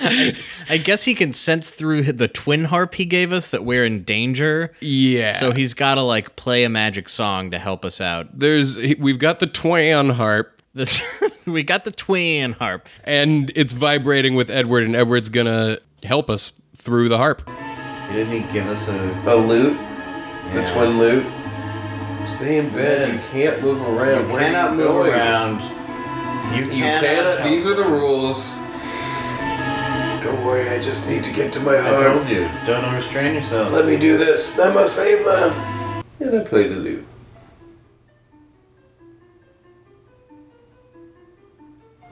[SPEAKER 3] I- I guess he can sense through the twin harp he gave us that we're in danger.
[SPEAKER 10] yeah.
[SPEAKER 3] So he's got to like play a magic song to help us out.
[SPEAKER 10] there's we've got the twan harp,
[SPEAKER 3] This, we got the twin harp.
[SPEAKER 10] and it's vibrating with Edward, and Edward's gonna help us through the harp.
[SPEAKER 4] Didn't he give us a?
[SPEAKER 2] A loot. The
[SPEAKER 4] Yeah.
[SPEAKER 2] twin loot. Stay in bed. You can't move around.
[SPEAKER 4] You
[SPEAKER 2] Where are
[SPEAKER 4] cannot
[SPEAKER 2] you
[SPEAKER 4] move
[SPEAKER 2] going?
[SPEAKER 4] around. You,
[SPEAKER 2] You cannot.
[SPEAKER 4] help.
[SPEAKER 2] These are the rules. Don't worry. I just need to get to my
[SPEAKER 4] I told
[SPEAKER 2] heart.
[SPEAKER 4] you. Don't restrain yourself.
[SPEAKER 2] Let me do this. I must save them. And I play the loot.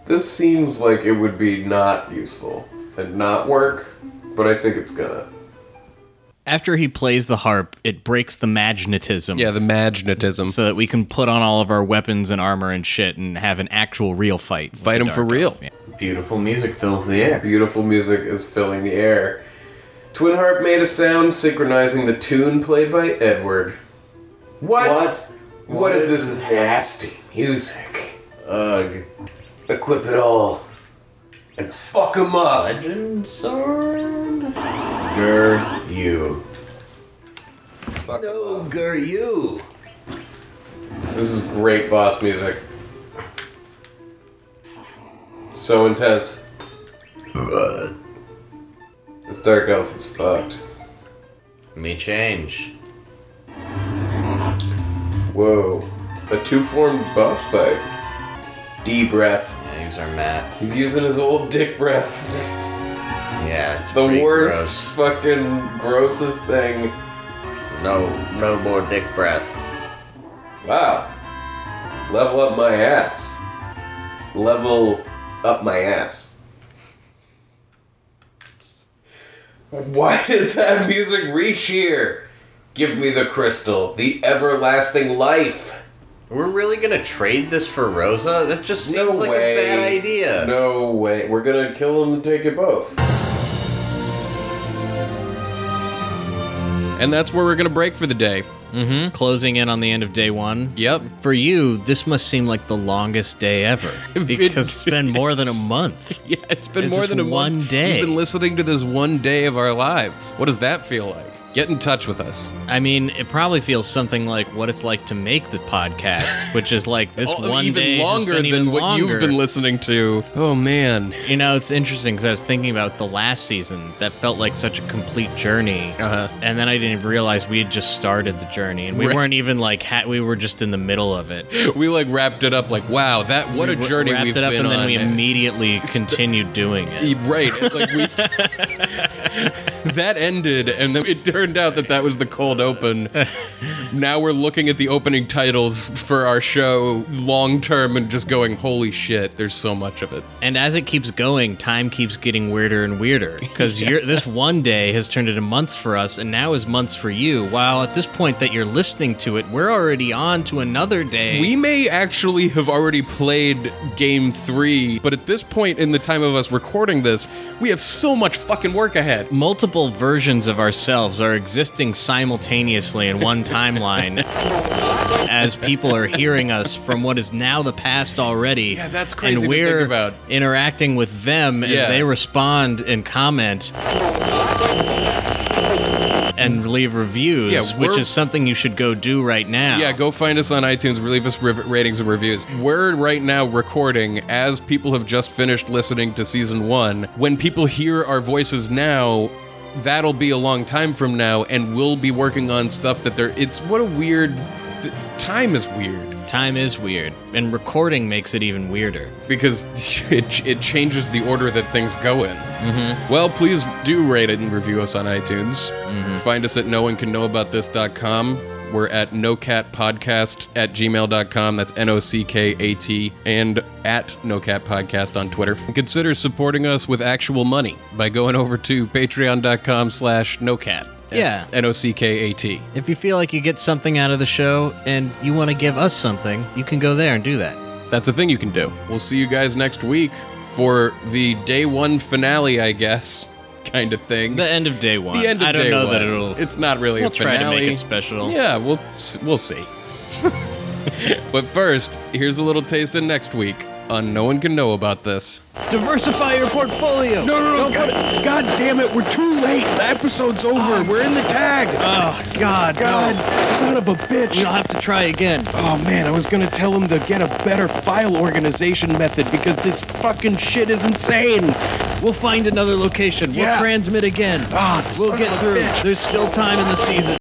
[SPEAKER 2] This seems like it would be not useful and not work, but I think it's gonna.
[SPEAKER 3] After he plays the harp, it breaks the magnetism.
[SPEAKER 10] Yeah, the magnetism.
[SPEAKER 3] so that we can put on all of our weapons and armor and shit and have an actual real fight. with
[SPEAKER 10] Fight
[SPEAKER 3] the
[SPEAKER 10] 'em for
[SPEAKER 3] Dark
[SPEAKER 10] real.
[SPEAKER 3] Elf. Yeah.
[SPEAKER 4] Beautiful music fills the air.
[SPEAKER 2] Beautiful music is filling the air. Twin harp made a sound synchronizing the tune played by Edward. What?
[SPEAKER 4] What?
[SPEAKER 2] what is this nasty music?
[SPEAKER 4] Ugh.
[SPEAKER 2] Equip it all and fuck 'em up.
[SPEAKER 4] Legend sword. Gur you.
[SPEAKER 2] Fuck 'em up.
[SPEAKER 4] Gur you.
[SPEAKER 2] This is great boss music. So intense. This dark elf is fucked.
[SPEAKER 4] Me change.
[SPEAKER 2] Whoa. A two form boss fight. D breath.
[SPEAKER 4] I use our map.
[SPEAKER 2] He's using his old dick breath.
[SPEAKER 4] Yeah, it's
[SPEAKER 2] The
[SPEAKER 4] pretty
[SPEAKER 2] worst,
[SPEAKER 4] gross.
[SPEAKER 2] fucking grossest thing.
[SPEAKER 4] No, no more dick breath.
[SPEAKER 2] Wow. Level up my ass. Level up my ass. Why did that music reach here? Give me the crystal, the everlasting life.
[SPEAKER 4] We're really gonna trade this for Rosa? That just seems
[SPEAKER 2] No
[SPEAKER 4] like
[SPEAKER 2] way.
[SPEAKER 4] a bad idea.
[SPEAKER 2] No way. We're gonna kill him and take it both.
[SPEAKER 10] And that's where we're gonna break for the day.
[SPEAKER 3] Mhm. Closing in on the end of day one.
[SPEAKER 10] Yep.
[SPEAKER 3] For you, this must seem like the longest day ever because it's been more than a month.
[SPEAKER 10] Yeah, it's been
[SPEAKER 3] It's
[SPEAKER 10] more
[SPEAKER 3] just
[SPEAKER 10] than a
[SPEAKER 3] one
[SPEAKER 10] month.
[SPEAKER 3] day.
[SPEAKER 10] You've been listening to this one day of our lives. What does that feel like?
[SPEAKER 2] Get in touch with us.
[SPEAKER 3] I mean, it probably feels something like what it's like to make the podcast, which is like this one
[SPEAKER 2] Oh, even
[SPEAKER 3] day has
[SPEAKER 2] longer
[SPEAKER 3] been
[SPEAKER 2] than
[SPEAKER 3] even
[SPEAKER 2] what
[SPEAKER 3] longer.
[SPEAKER 2] you've been listening to. Oh man.
[SPEAKER 3] You know, it's interesting because I was thinking about the last season that felt like such a complete journey,
[SPEAKER 2] Uh-huh.
[SPEAKER 3] and then I didn't even realize we had just started the journey, and we
[SPEAKER 2] Right.
[SPEAKER 3] weren't even like ha- we were just in the middle of it.
[SPEAKER 2] We like wrapped it up like wow that what a
[SPEAKER 3] We
[SPEAKER 2] journey
[SPEAKER 3] wrapped
[SPEAKER 2] we've
[SPEAKER 3] it up,
[SPEAKER 2] been
[SPEAKER 3] and
[SPEAKER 2] on. E,
[SPEAKER 3] then we immediately continued doing it.
[SPEAKER 2] Right, like we that ended, and then it turned out that that was the cold open. Now we're looking at the opening titles for our show long term and just going, holy shit, there's so much of it.
[SPEAKER 3] And as it keeps going, time keeps getting weirder and weirder because this one day has turned into months for us, and now is months for you. While at this point that you're listening to it, we're already on to another day.
[SPEAKER 2] We may actually have already played game three, but at this point in the time of us recording this, we have so much fucking work ahead.
[SPEAKER 3] multiple versions of ourselves are existing simultaneously in one timeline as people are hearing us from what is now the past already. Yeah,
[SPEAKER 2] that's crazy to
[SPEAKER 3] And
[SPEAKER 2] think
[SPEAKER 3] we're
[SPEAKER 2] about.
[SPEAKER 3] interacting with them as
[SPEAKER 2] Yeah.
[SPEAKER 3] they respond and comment and leave reviews,
[SPEAKER 2] Yeah,
[SPEAKER 3] which
[SPEAKER 2] we're-
[SPEAKER 3] is something you should go do right now.
[SPEAKER 2] Yeah, go find us on iTunes. Leave us riv- ratings and reviews. We're right now recording as people have just finished listening to season one. When people hear our voices now, that'll be a long time from now, and we'll be working on stuff that they're. It's what a weird. Th- time is weird
[SPEAKER 3] Time is weird, and recording makes it even weirder.
[SPEAKER 2] because it, ch- it changes the order that things go in. Mm-hmm. Well, please do rate it and review us on iTunes. Find us at noonecanknowabouthis.com. We're at nocatpodcast at gmail.com. That's N O C K A T. And at nocatpodcast on Twitter. And Consider supporting us with actual money by going over to patreon.com slash nocat.
[SPEAKER 3] Yeah.
[SPEAKER 2] N O C K A T.
[SPEAKER 3] If you feel like you get something out of the show and you want to give us something, you can go there and do that.
[SPEAKER 2] that's a thing you can do. We'll see you guys next week for the day one finale, I guess, kind of thing.
[SPEAKER 3] The end of day one.
[SPEAKER 2] The end of
[SPEAKER 3] I don't
[SPEAKER 2] day
[SPEAKER 3] know that
[SPEAKER 2] one.
[SPEAKER 3] it'll.
[SPEAKER 2] It's not really
[SPEAKER 3] we'll
[SPEAKER 2] a
[SPEAKER 3] try
[SPEAKER 2] finale.
[SPEAKER 3] to make it special.
[SPEAKER 2] Yeah, we'll s- we'll see. but first, here's a little taste of next week on No One Can Know About This.
[SPEAKER 12] Diversify your portfolio. No, no, no. God, God damn it, we're too late. The episode's over. we're in the tag. Oh, God. God, son of a bitch. We'll have to try again. Oh, man, I was going to tell him to get a better file organization method because this fucking shit is insane. We'll find another location. We'll transmit again. Ah, we'll get through. There's still time in the season.